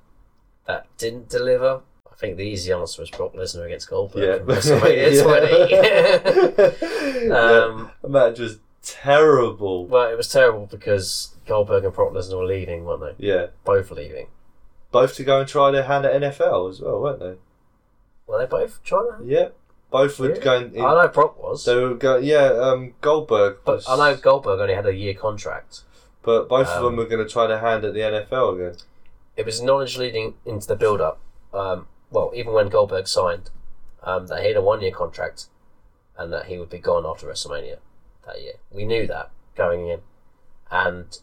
[SPEAKER 3] that didn't deliver, I think the easy answer was Brock Lesnar against Goldberg.
[SPEAKER 2] Yeah,
[SPEAKER 3] from WrestleMania 20. Um,
[SPEAKER 2] yeah. match was terrible.
[SPEAKER 3] well, it was terrible because Goldberg and Brock Lesnar were leaving, weren't they?
[SPEAKER 2] Yeah,
[SPEAKER 3] Both leaving.
[SPEAKER 2] both to go and try their hand at NFL as well, weren't they?
[SPEAKER 3] Were they both trying to?
[SPEAKER 2] Yeah, both were
[SPEAKER 3] Really?
[SPEAKER 2] going. In,
[SPEAKER 3] I know Brock was,
[SPEAKER 2] they were going. Yeah, um, Goldberg.
[SPEAKER 3] but
[SPEAKER 2] was-
[SPEAKER 3] I know Goldberg only had a year contract.
[SPEAKER 2] But both of
[SPEAKER 3] Um,
[SPEAKER 2] them were going to try their hand at the NFL again.
[SPEAKER 3] it was knowledge leading into the build up. Um, well, even when Goldberg signed, um, that he had a one year contract and that he would be gone after WrestleMania that year. We knew that going in. And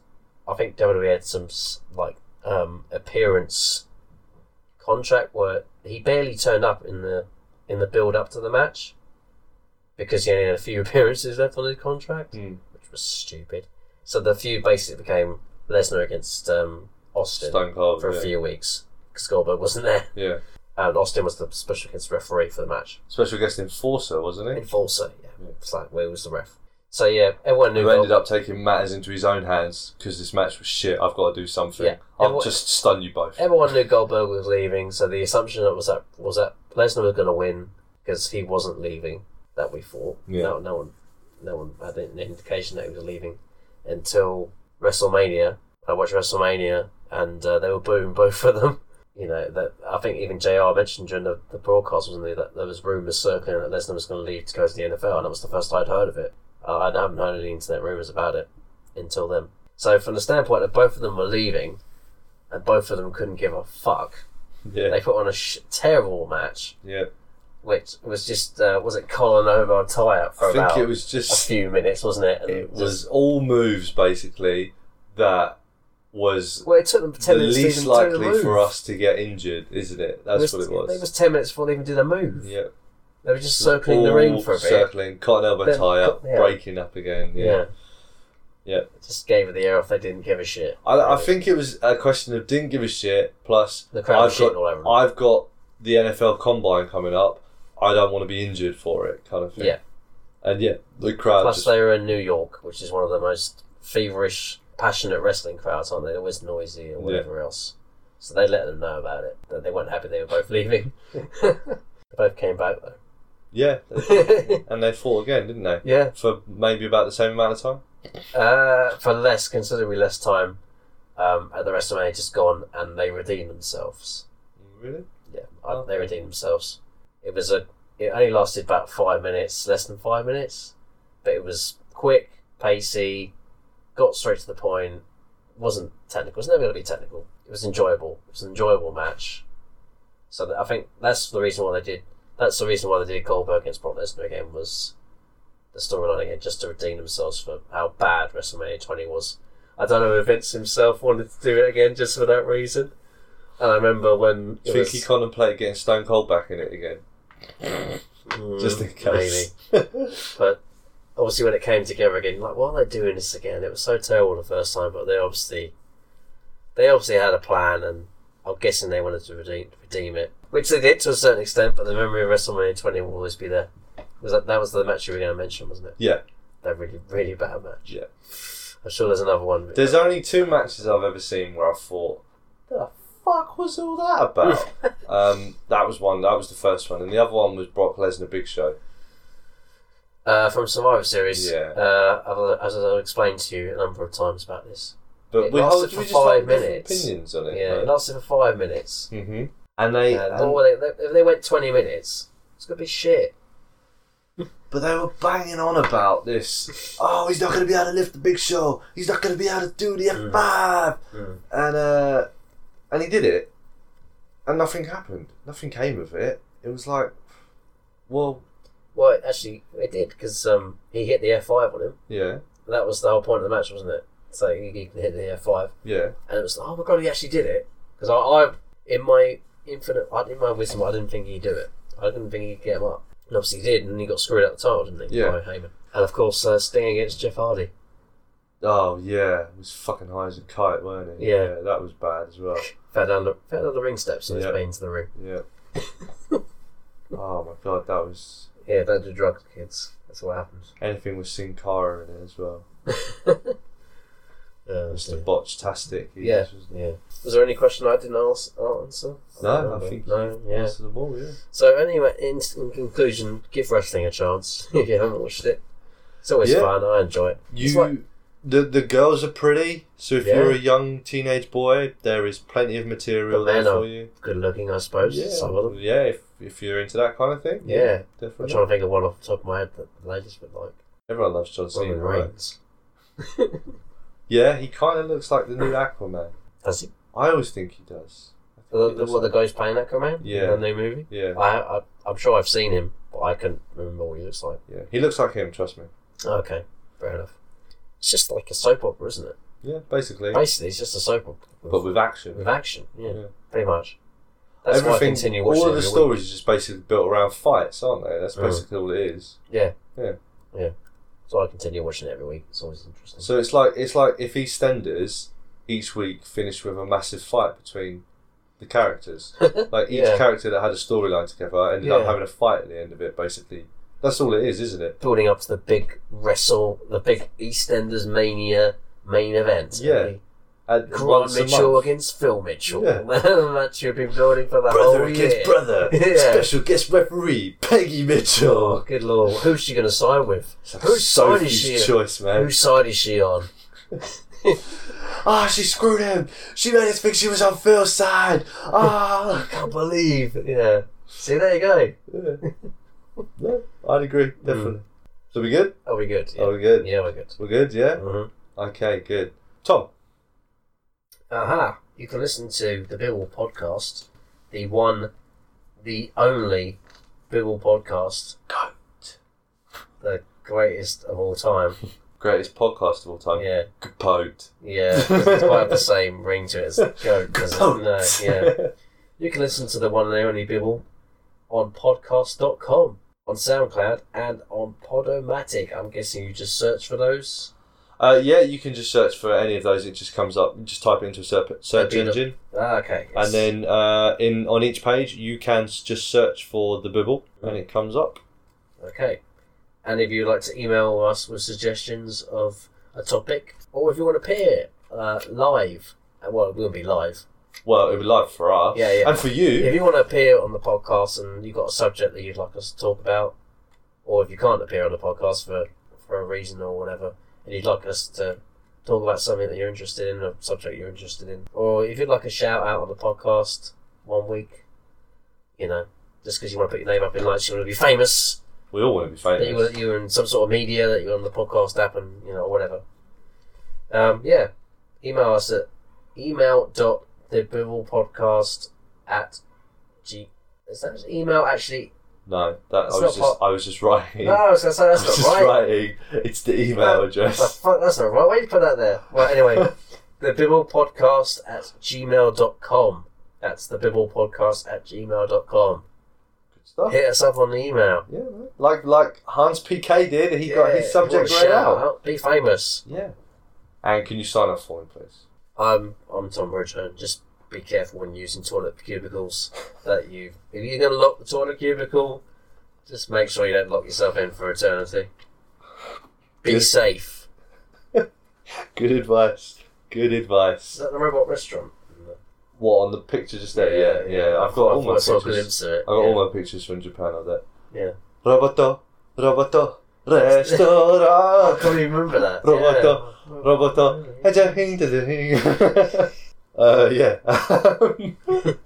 [SPEAKER 3] I think WWE had some s- like um, appearance contract where he barely turned up in the in the build up to the match because he only had a few appearances left on his contract,
[SPEAKER 2] Hmm.
[SPEAKER 3] which was stupid. So the feud basically became Lesnar against um, Austin
[SPEAKER 2] Stone Cold.
[SPEAKER 3] for a
[SPEAKER 2] yeah.
[SPEAKER 3] few weeks because Goldberg wasn't there.
[SPEAKER 2] yeah,
[SPEAKER 3] And Austin was the special against referee for the match.
[SPEAKER 2] special guest enforcer, wasn't he?
[SPEAKER 3] Enforcer, yeah.
[SPEAKER 2] Yeah.
[SPEAKER 3] It's like, where was the ref? So, yeah, everyone knew
[SPEAKER 2] Who ended
[SPEAKER 3] Goldberg.
[SPEAKER 2] up taking matters into his own hands because this match was shit. I've got to do something.
[SPEAKER 3] Yeah.
[SPEAKER 2] I'll
[SPEAKER 3] Everyone-
[SPEAKER 2] just stun you both.
[SPEAKER 3] Everyone knew Goldberg was leaving, so the assumption that was that was that Lesnar was going to win because he wasn't leaving. That we thought.
[SPEAKER 2] Yeah.
[SPEAKER 3] No, no one, no one had an indication that he was leaving until WrestleMania. I watched WrestleMania, and uh, they were booing both of them. you know, that I think even JR mentioned during the, the broadcast, wasn't there, that there was rumours circling that Lesnar was going to leave to go to the NFL, and that was the first I'd heard of it. Uh, I haven't heard any internet rumours about it until then. So, from the standpoint that both of them were leaving, and both of them couldn't give a fuck,
[SPEAKER 2] Yeah.
[SPEAKER 3] they put on a sh- terrible match,
[SPEAKER 2] Yeah.
[SPEAKER 3] which was just, uh, was it Colin over a tie up for
[SPEAKER 2] I
[SPEAKER 3] about
[SPEAKER 2] think it was
[SPEAKER 3] a
[SPEAKER 2] just
[SPEAKER 3] few minutes, wasn't it? And
[SPEAKER 2] it
[SPEAKER 3] just-
[SPEAKER 2] was all moves basically that was
[SPEAKER 3] Well, it took them 10
[SPEAKER 2] the
[SPEAKER 3] minutes to
[SPEAKER 2] least
[SPEAKER 3] even do the
[SPEAKER 2] likely
[SPEAKER 3] move.
[SPEAKER 2] for us to get injured, isn't it? That's
[SPEAKER 3] was,
[SPEAKER 2] what it
[SPEAKER 3] It
[SPEAKER 2] was.
[SPEAKER 3] was 10 minutes before they even did a move.
[SPEAKER 2] Yeah.
[SPEAKER 3] They were just circling the ring for a bit.
[SPEAKER 2] Circling, cotton elbow
[SPEAKER 3] Then-
[SPEAKER 2] tie up,
[SPEAKER 3] yeah.
[SPEAKER 2] breaking up again.
[SPEAKER 3] Yeah.
[SPEAKER 2] Yeah. Yeah.
[SPEAKER 3] It Just gave it the air off. They didn't give a shit.
[SPEAKER 2] I, I think it was a question of didn't give a shit. Plus,
[SPEAKER 3] the crowd
[SPEAKER 2] I've
[SPEAKER 3] was shitting
[SPEAKER 2] got-
[SPEAKER 3] all over. them.
[SPEAKER 2] I've got the NFL Combine coming up. I don't want to be injured for it, kind of thing.
[SPEAKER 3] Yeah.
[SPEAKER 2] And yeah, the crowd
[SPEAKER 3] Plus,
[SPEAKER 2] Uh, just
[SPEAKER 3] they were in New York, which is one of the most feverish, passionate wrestling crowds, aren't they? They're always noisy and whatever else. So they let them know about it. That they weren't happy they were both leaving. they both came back
[SPEAKER 2] yeah,
[SPEAKER 3] though.
[SPEAKER 2] and they fought again, didn't they?
[SPEAKER 3] yeah.
[SPEAKER 2] For maybe about the same amount of time.
[SPEAKER 3] Uh, for less, considerably less time. Um, and the rest of them had just gone, and they redeemed themselves.
[SPEAKER 2] Really?
[SPEAKER 3] Yeah, I, they redeemed themselves. It was a. It only lasted about five minutes, less than five minutes, but it was quick, pacey, got straight to the point. wasn't technical. It was never going to be technical. It was enjoyable. It was an enjoyable match. So that, I think that's the reason why they did. That's the reason why they did Goldberg against Brock Lesnar again was the storyline again, just to redeem themselves for how bad WrestleMania 20 was. I don't know if Vince himself wanted to do it again just for that reason. And I remember when it
[SPEAKER 2] Think
[SPEAKER 3] was-
[SPEAKER 2] he contemplated getting Stone Cold back in it again,
[SPEAKER 3] Mm,
[SPEAKER 2] just in case.
[SPEAKER 3] But obviously, when it came together again, like, why are they doing this again? It was so terrible the first time, but they obviously, they obviously had a plan, and I'm guessing they wanted to redeem redeem it, which they did to a certain extent. But the memory of WrestleMania 20 will always be there. Was that that was the match you were going to mention, wasn't it?
[SPEAKER 2] yeah.
[SPEAKER 3] That really really bad match.
[SPEAKER 2] Yeah.
[SPEAKER 3] I'm sure there's another one.
[SPEAKER 2] There's only two matches I've ever seen where I thought, the fuck was all that about? um, that was one. That was the first one, and the other one was Brock Lesnar Big Show.
[SPEAKER 3] uh, from Survivor Series.
[SPEAKER 2] Yeah.
[SPEAKER 3] Uh, as, as I've explained to you a number of times about this.
[SPEAKER 2] But
[SPEAKER 3] It
[SPEAKER 2] we,
[SPEAKER 3] lasted
[SPEAKER 2] hold-
[SPEAKER 3] for
[SPEAKER 2] we just
[SPEAKER 3] five
[SPEAKER 2] have different
[SPEAKER 3] minutes.
[SPEAKER 2] opinions on it.
[SPEAKER 3] Yeah, it lasted for five minutes.
[SPEAKER 2] hmm And they,
[SPEAKER 3] Yeah,
[SPEAKER 2] and-
[SPEAKER 3] well, they, they, if they went 20 minutes, it's going to be shit.
[SPEAKER 2] but they were banging on about this. Oh, he's not going to be able to lift the Big Show. He's not going to be able to do the F five.
[SPEAKER 3] Mm.
[SPEAKER 2] And uh, and he did it, and nothing happened. Nothing came of it. It was like, well,
[SPEAKER 3] Well, actually, it did, because um, he hit the F5 on him.
[SPEAKER 2] yeah,
[SPEAKER 3] That was the whole point of the match, wasn't it? So he, he hit the F5,
[SPEAKER 2] yeah,
[SPEAKER 3] and it was like, oh my god, he actually did it. Because I, I, in my infinite, I, in my wisdom, I didn't think he'd do it. I didn't think he'd get him up. And obviously he did, and he got screwed out the title, didn't he?
[SPEAKER 2] Yeah.
[SPEAKER 3] By Heyman. And of course, uh, Sting against Jeff Hardy.
[SPEAKER 2] Oh yeah, it was fucking high as a kite, weren't it?
[SPEAKER 3] Yeah.
[SPEAKER 2] that was bad as well.
[SPEAKER 3] Fell down the, fell down the ring steps and
[SPEAKER 2] Yeah.
[SPEAKER 3] his way into the ring.
[SPEAKER 2] Yeah. oh my god, that was
[SPEAKER 3] Yeah, don't do drugs, kids. That's what happens.
[SPEAKER 2] anything with Sin Cara in it as well.
[SPEAKER 3] Yeah,
[SPEAKER 2] Just a botch tastic.
[SPEAKER 3] Yeah. Yeah. Was there any question I didn't ask, answer?
[SPEAKER 2] No, I think
[SPEAKER 3] no.
[SPEAKER 2] you
[SPEAKER 3] Yeah.
[SPEAKER 2] answered them all. Yeah.
[SPEAKER 3] So anyway, in, in conclusion, give wrestling a chance if you haven't watched it. It's always
[SPEAKER 2] Yeah.
[SPEAKER 3] fun. I enjoy it. It's
[SPEAKER 2] You,
[SPEAKER 3] like-
[SPEAKER 2] the the girls are pretty. So if
[SPEAKER 3] Yeah.
[SPEAKER 2] you're a young teenage boy, there is plenty of material
[SPEAKER 3] But
[SPEAKER 2] there
[SPEAKER 3] men
[SPEAKER 2] for
[SPEAKER 3] are-
[SPEAKER 2] you.
[SPEAKER 3] Good looking, I suppose.
[SPEAKER 2] Yeah,
[SPEAKER 3] Some of them.
[SPEAKER 2] yeah. If if you're into that kind of thing,
[SPEAKER 3] Yeah. I'm
[SPEAKER 2] definitely.
[SPEAKER 3] trying to think of one off the top of my head that the ladies would like.
[SPEAKER 2] Everyone loves John Cena.
[SPEAKER 3] Roman
[SPEAKER 2] Right?
[SPEAKER 3] Reigns.
[SPEAKER 2] Yeah, he kind of looks like the new Aquaman.
[SPEAKER 3] Has he?
[SPEAKER 2] I always think he does. I think he
[SPEAKER 3] The, the,
[SPEAKER 2] looks
[SPEAKER 3] Uh, what, the
[SPEAKER 2] like-
[SPEAKER 3] guy's playing Aquaman?
[SPEAKER 2] Yeah.
[SPEAKER 3] In the new movie?
[SPEAKER 2] yeah.
[SPEAKER 3] I, I, I'm sure I've seen him, but I couldn't remember what he looks like.
[SPEAKER 2] Yeah, he looks like him. Trust me.
[SPEAKER 3] Okay, fair enough. It's just like a soap opera, isn't it?
[SPEAKER 2] Yeah, basically,
[SPEAKER 3] Basically, it's just a soap opera.
[SPEAKER 2] but with action.
[SPEAKER 3] With action, yeah,
[SPEAKER 2] Yeah.
[SPEAKER 3] pretty much. That's why I continue watching
[SPEAKER 2] all
[SPEAKER 3] it
[SPEAKER 2] of the
[SPEAKER 3] every
[SPEAKER 2] stories are just basically built around fights, aren't they? That's
[SPEAKER 3] Mm.
[SPEAKER 2] basically all it is.
[SPEAKER 3] Week. Yeah, so I continue watching it every week. It's always interesting.
[SPEAKER 2] So it's like it's like if EastEnders each week finished with a massive fight between the characters. Like each
[SPEAKER 3] Yeah.
[SPEAKER 2] character that had a storyline together ended
[SPEAKER 3] Yeah.
[SPEAKER 2] up having a fight at the end of it. Basically, that's all it is, isn't it?
[SPEAKER 3] Building up to the big wrestle, the big EastEnders Mania main event.
[SPEAKER 2] Yeah.
[SPEAKER 3] really.
[SPEAKER 2] And
[SPEAKER 3] Grant
[SPEAKER 2] once a
[SPEAKER 3] Mitchell
[SPEAKER 2] month-
[SPEAKER 3] against Phil Mitchell.
[SPEAKER 2] Yeah.
[SPEAKER 3] the match you've been building for the
[SPEAKER 2] brother
[SPEAKER 3] whole
[SPEAKER 2] against
[SPEAKER 3] year.
[SPEAKER 2] brother,
[SPEAKER 3] Oh, Yeah.
[SPEAKER 2] special guest referee Peggy
[SPEAKER 3] Oh,
[SPEAKER 2] Mitchell.
[SPEAKER 3] good lord! Who's she going to side with? Whose side
[SPEAKER 2] Sophie's
[SPEAKER 3] is she?
[SPEAKER 2] Choice, man.
[SPEAKER 3] Whose side is she on?
[SPEAKER 2] Ah, she screwed him. She made us think she was on Phil's side. Ah.
[SPEAKER 3] I can't believe. Yeah. See, there you go.
[SPEAKER 2] Yeah. No, I'd agree, definitely. So we good?
[SPEAKER 3] Are we good? Yeah,
[SPEAKER 2] Are we good?
[SPEAKER 3] yeah we're good.
[SPEAKER 2] We're good, yeah?
[SPEAKER 3] Mm-hmm.
[SPEAKER 2] Okay, good. Tom.
[SPEAKER 3] Aha! Uh-huh. You can listen to the Bibble podcast, the one, the only Bibble podcast,
[SPEAKER 2] Goat.
[SPEAKER 3] the greatest of all time.
[SPEAKER 2] Greatest podcast of all time.
[SPEAKER 3] Yeah,
[SPEAKER 2] Goat.
[SPEAKER 3] yeah. 'cause It's quite the same ring to it as goat. does it? No,
[SPEAKER 2] Goat.
[SPEAKER 3] yeah. You can listen to the one and only Bibble on podcast.com, on SoundCloud, and on Podomatic. I'm guessing you just search for those.
[SPEAKER 2] Uh, yeah, you can just search for any of those. It just comes up. You just type it into a serp- search
[SPEAKER 3] That'd be the-
[SPEAKER 2] engine,
[SPEAKER 3] Ah, okay.
[SPEAKER 2] and then uh, in on each page you can s- just search for the Bibble, and it comes up.
[SPEAKER 3] Okay. And if you'd like to email us with suggestions of a topic, or if you want to appear uh, live, uh, well, it will be live.
[SPEAKER 2] Well, it'll be live for us,
[SPEAKER 3] Yeah, yeah.
[SPEAKER 2] and for you.
[SPEAKER 3] If you want to appear on the podcast and you've got a subject that you'd like us to talk about, or if you can't appear on the podcast for, for a reason or whatever, and you'd like us to talk about something that you're interested in, a subject you're interested in, or if you'd like a shout out on the podcast one week, you know, just because you want to put your name up in lights, you want to be famous.
[SPEAKER 2] We all want to be
[SPEAKER 3] that
[SPEAKER 2] famous.
[SPEAKER 3] you were, you were in some sort of media, that you were on the podcast app, and you know or whatever. Um, yeah, email us at email dot podcast at g. Is that email actually?
[SPEAKER 2] No, that
[SPEAKER 3] That's
[SPEAKER 2] I
[SPEAKER 3] not
[SPEAKER 2] was just I was just writing.
[SPEAKER 3] No, I was gonna say
[SPEAKER 2] I was
[SPEAKER 3] that's
[SPEAKER 2] just
[SPEAKER 3] not right.
[SPEAKER 2] writing. It's the email
[SPEAKER 3] No, the
[SPEAKER 2] address.
[SPEAKER 3] fuck, that's not right. Why you put that there? Well, anyway, the Bibble podcast at gmail.com. That's the Bibble podcast at gmail.com.
[SPEAKER 2] Good stuff.
[SPEAKER 3] Hit us up on the email.
[SPEAKER 2] Yeah, man. like like Hans PK did. He got
[SPEAKER 3] Yeah,
[SPEAKER 2] his subject
[SPEAKER 3] you
[SPEAKER 2] right
[SPEAKER 3] want a
[SPEAKER 2] out.
[SPEAKER 3] shout-out, Be famous.
[SPEAKER 2] Yeah. And can you sign off for him, please?
[SPEAKER 3] I'm I'm Tom Bridger. Just be careful when using toilet cubicles. That you, if you're going to lock the toilet cubicle, just make sure you don't lock yourself in for eternity. Be
[SPEAKER 2] Good.
[SPEAKER 3] safe.
[SPEAKER 2] Good advice. Good
[SPEAKER 3] Is
[SPEAKER 2] advice.
[SPEAKER 3] that the robot restaurant?
[SPEAKER 2] What on the picture just there? Yeah, yeah. I've got all my
[SPEAKER 3] I saw a
[SPEAKER 2] pictures.
[SPEAKER 3] glimpse of it.
[SPEAKER 2] I've got all my pictures from Japan up there.
[SPEAKER 3] yeah. yeah.
[SPEAKER 2] Roboto, roboto, restaurant.
[SPEAKER 3] Oh, I can't even remember that.
[SPEAKER 2] Roboto,
[SPEAKER 3] yeah.
[SPEAKER 2] Roboto. uh, yeah.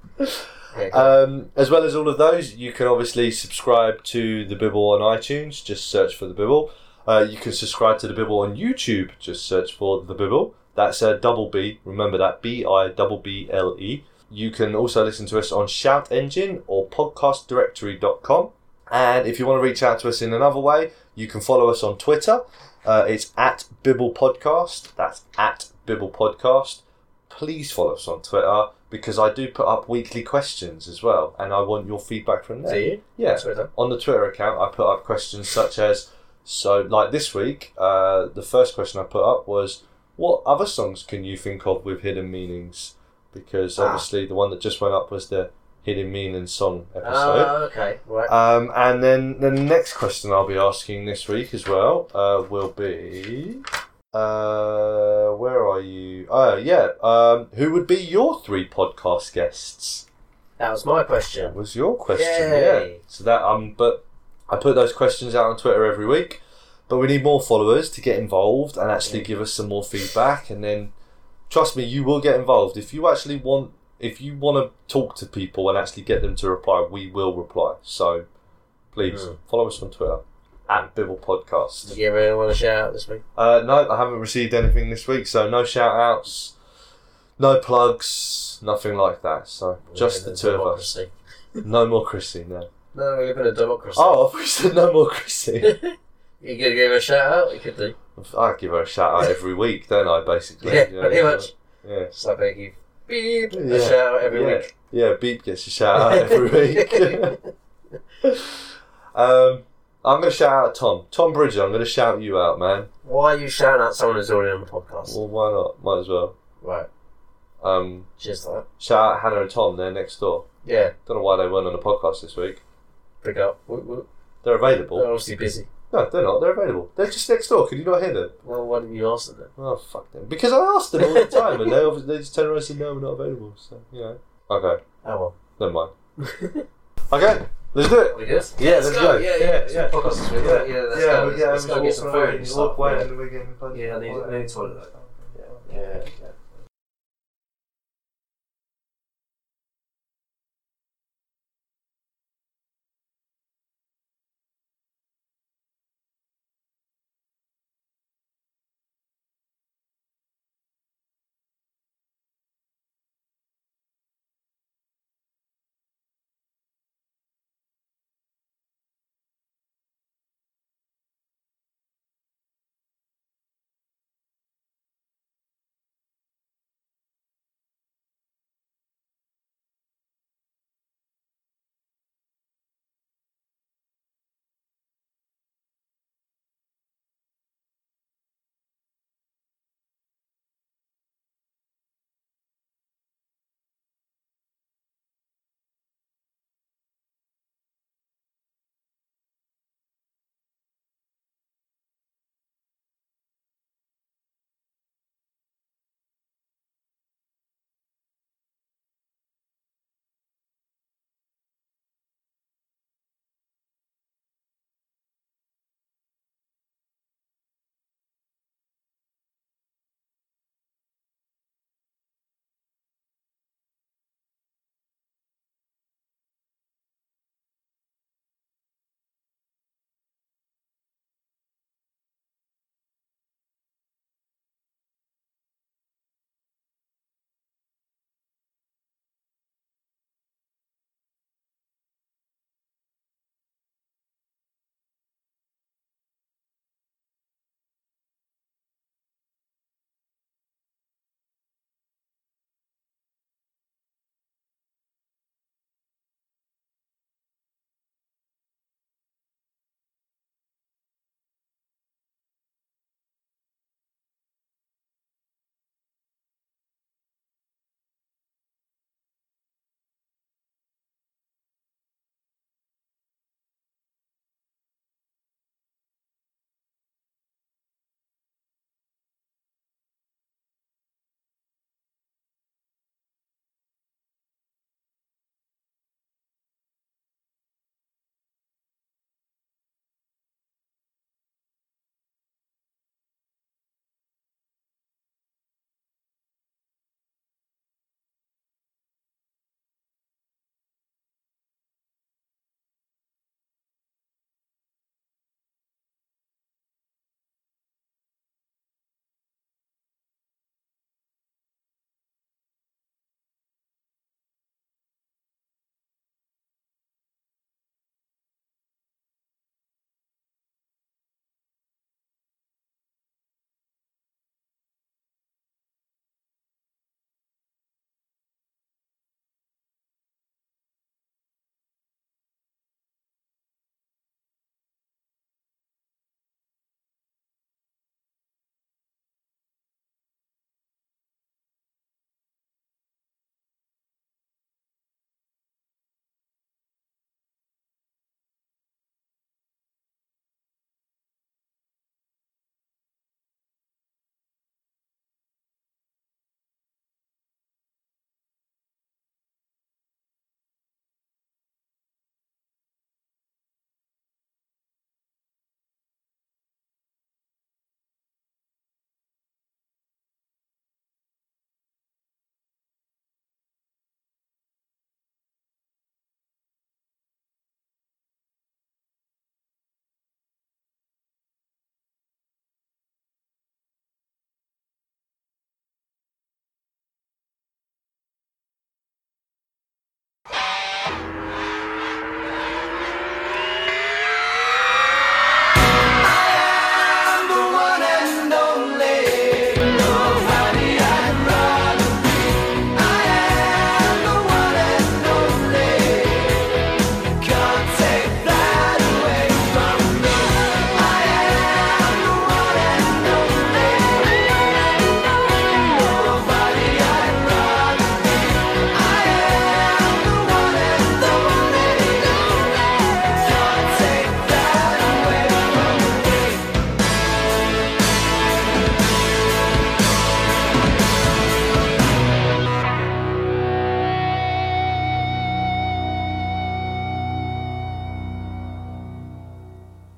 [SPEAKER 3] Yeah, cool.
[SPEAKER 2] um, as well as all of those, you can obviously subscribe to The Bibble on iTunes. Just search for The Bibble. Uh, you can subscribe to The Bibble on YouTube. Just search for The Bibble. That's a double B. Remember that. B I double B L E. You can also listen to us on Shout Engine or podcastdirectory.com. And if you want to reach out to us in another way, you can follow us on Twitter. Uh, it's at Bibble Podcast. That's at Bibble Podcast. Please follow us on Twitter because I do put up weekly questions as well, and I want your feedback from
[SPEAKER 3] Do
[SPEAKER 2] there.
[SPEAKER 3] you?
[SPEAKER 2] uh, Yeah,
[SPEAKER 3] Twitter.
[SPEAKER 2] on the Twitter account, I put up questions such as so, like this week, uh, the first question I put up was, "What other songs can you think of with hidden meanings?" Because
[SPEAKER 3] Ah.
[SPEAKER 2] obviously, the one that just went up was the hidden meanings song episode.
[SPEAKER 3] Ah, okay. Right.
[SPEAKER 2] Um, and then the next question I'll be asking this week as well uh, will be, uh, where are you? Oh yeah, um, who would be your three podcast guests?
[SPEAKER 3] that was my
[SPEAKER 2] That
[SPEAKER 3] question.
[SPEAKER 2] was your question.
[SPEAKER 3] Yay.
[SPEAKER 2] Yeah. So that um, but I put those questions out on Twitter every week. But we need more followers to get involved and actually
[SPEAKER 3] Yeah.
[SPEAKER 2] give us some more feedback. And then, trust me, you will get involved if you actually want. If you want to talk to people and actually get them to reply, we will reply. So, please
[SPEAKER 3] Mm.
[SPEAKER 2] follow us on Twitter at Bibble Podcast.
[SPEAKER 3] Did you really want to shout out this week?
[SPEAKER 2] Uh, no, I haven't received anything this week, so no shout outs, no plugs, nothing like that. So just the
[SPEAKER 3] We're in a
[SPEAKER 2] two of us.
[SPEAKER 3] democracy.
[SPEAKER 2] No more Chrissy, no.
[SPEAKER 3] No, we live in a democracy.
[SPEAKER 2] Oh, I thought you said no more Chrissy.
[SPEAKER 3] You could give her a shout out. You could do.
[SPEAKER 2] I give her a shout out every week, don't I? Basically,
[SPEAKER 3] Yeah,
[SPEAKER 2] You know,
[SPEAKER 3] pretty much.
[SPEAKER 2] Yeah,
[SPEAKER 3] So I bet you beep
[SPEAKER 2] Yeah.
[SPEAKER 3] a shout out every
[SPEAKER 2] Yeah.
[SPEAKER 3] week.
[SPEAKER 2] yeah. Beep gets a shout out every week. um, I'm gonna shout out Tom, Tom Bridger. I'm gonna shout you out, man.
[SPEAKER 3] Why are you shouting out someone who's already on the podcast?
[SPEAKER 2] Well, why not? Might as well.
[SPEAKER 3] Right.
[SPEAKER 2] Um,
[SPEAKER 3] Cheers to that.
[SPEAKER 2] shout out Hannah and Tom. They're next door.
[SPEAKER 3] Yeah.
[SPEAKER 2] Don't know why they weren't on the podcast this week.
[SPEAKER 3] Pick up. Whoop, whoop.
[SPEAKER 2] They're available.
[SPEAKER 3] They're obviously busy.
[SPEAKER 2] No, they're not. They're available. They're just next door. Can you not hear them?
[SPEAKER 3] Well, why didn't you ask them then?
[SPEAKER 2] Oh fuck them! Because I asked them all the time, and they obviously, they just turn around and say no, we're not available. So you know. Okay,
[SPEAKER 3] Oh
[SPEAKER 2] never mind.
[SPEAKER 3] well.
[SPEAKER 2] Okay, let's do it.
[SPEAKER 3] we good?
[SPEAKER 2] Yeah, let's go.
[SPEAKER 3] Yeah, yeah.
[SPEAKER 2] Yeah,
[SPEAKER 3] It's
[SPEAKER 2] yeah.
[SPEAKER 3] a Podcast this week. Yeah, yeah. Let's go. Let's,
[SPEAKER 2] we-
[SPEAKER 3] let's go get some food and stuff.
[SPEAKER 2] and we're getting
[SPEAKER 3] Yeah, I need- I need toilet. Yeah. yeah.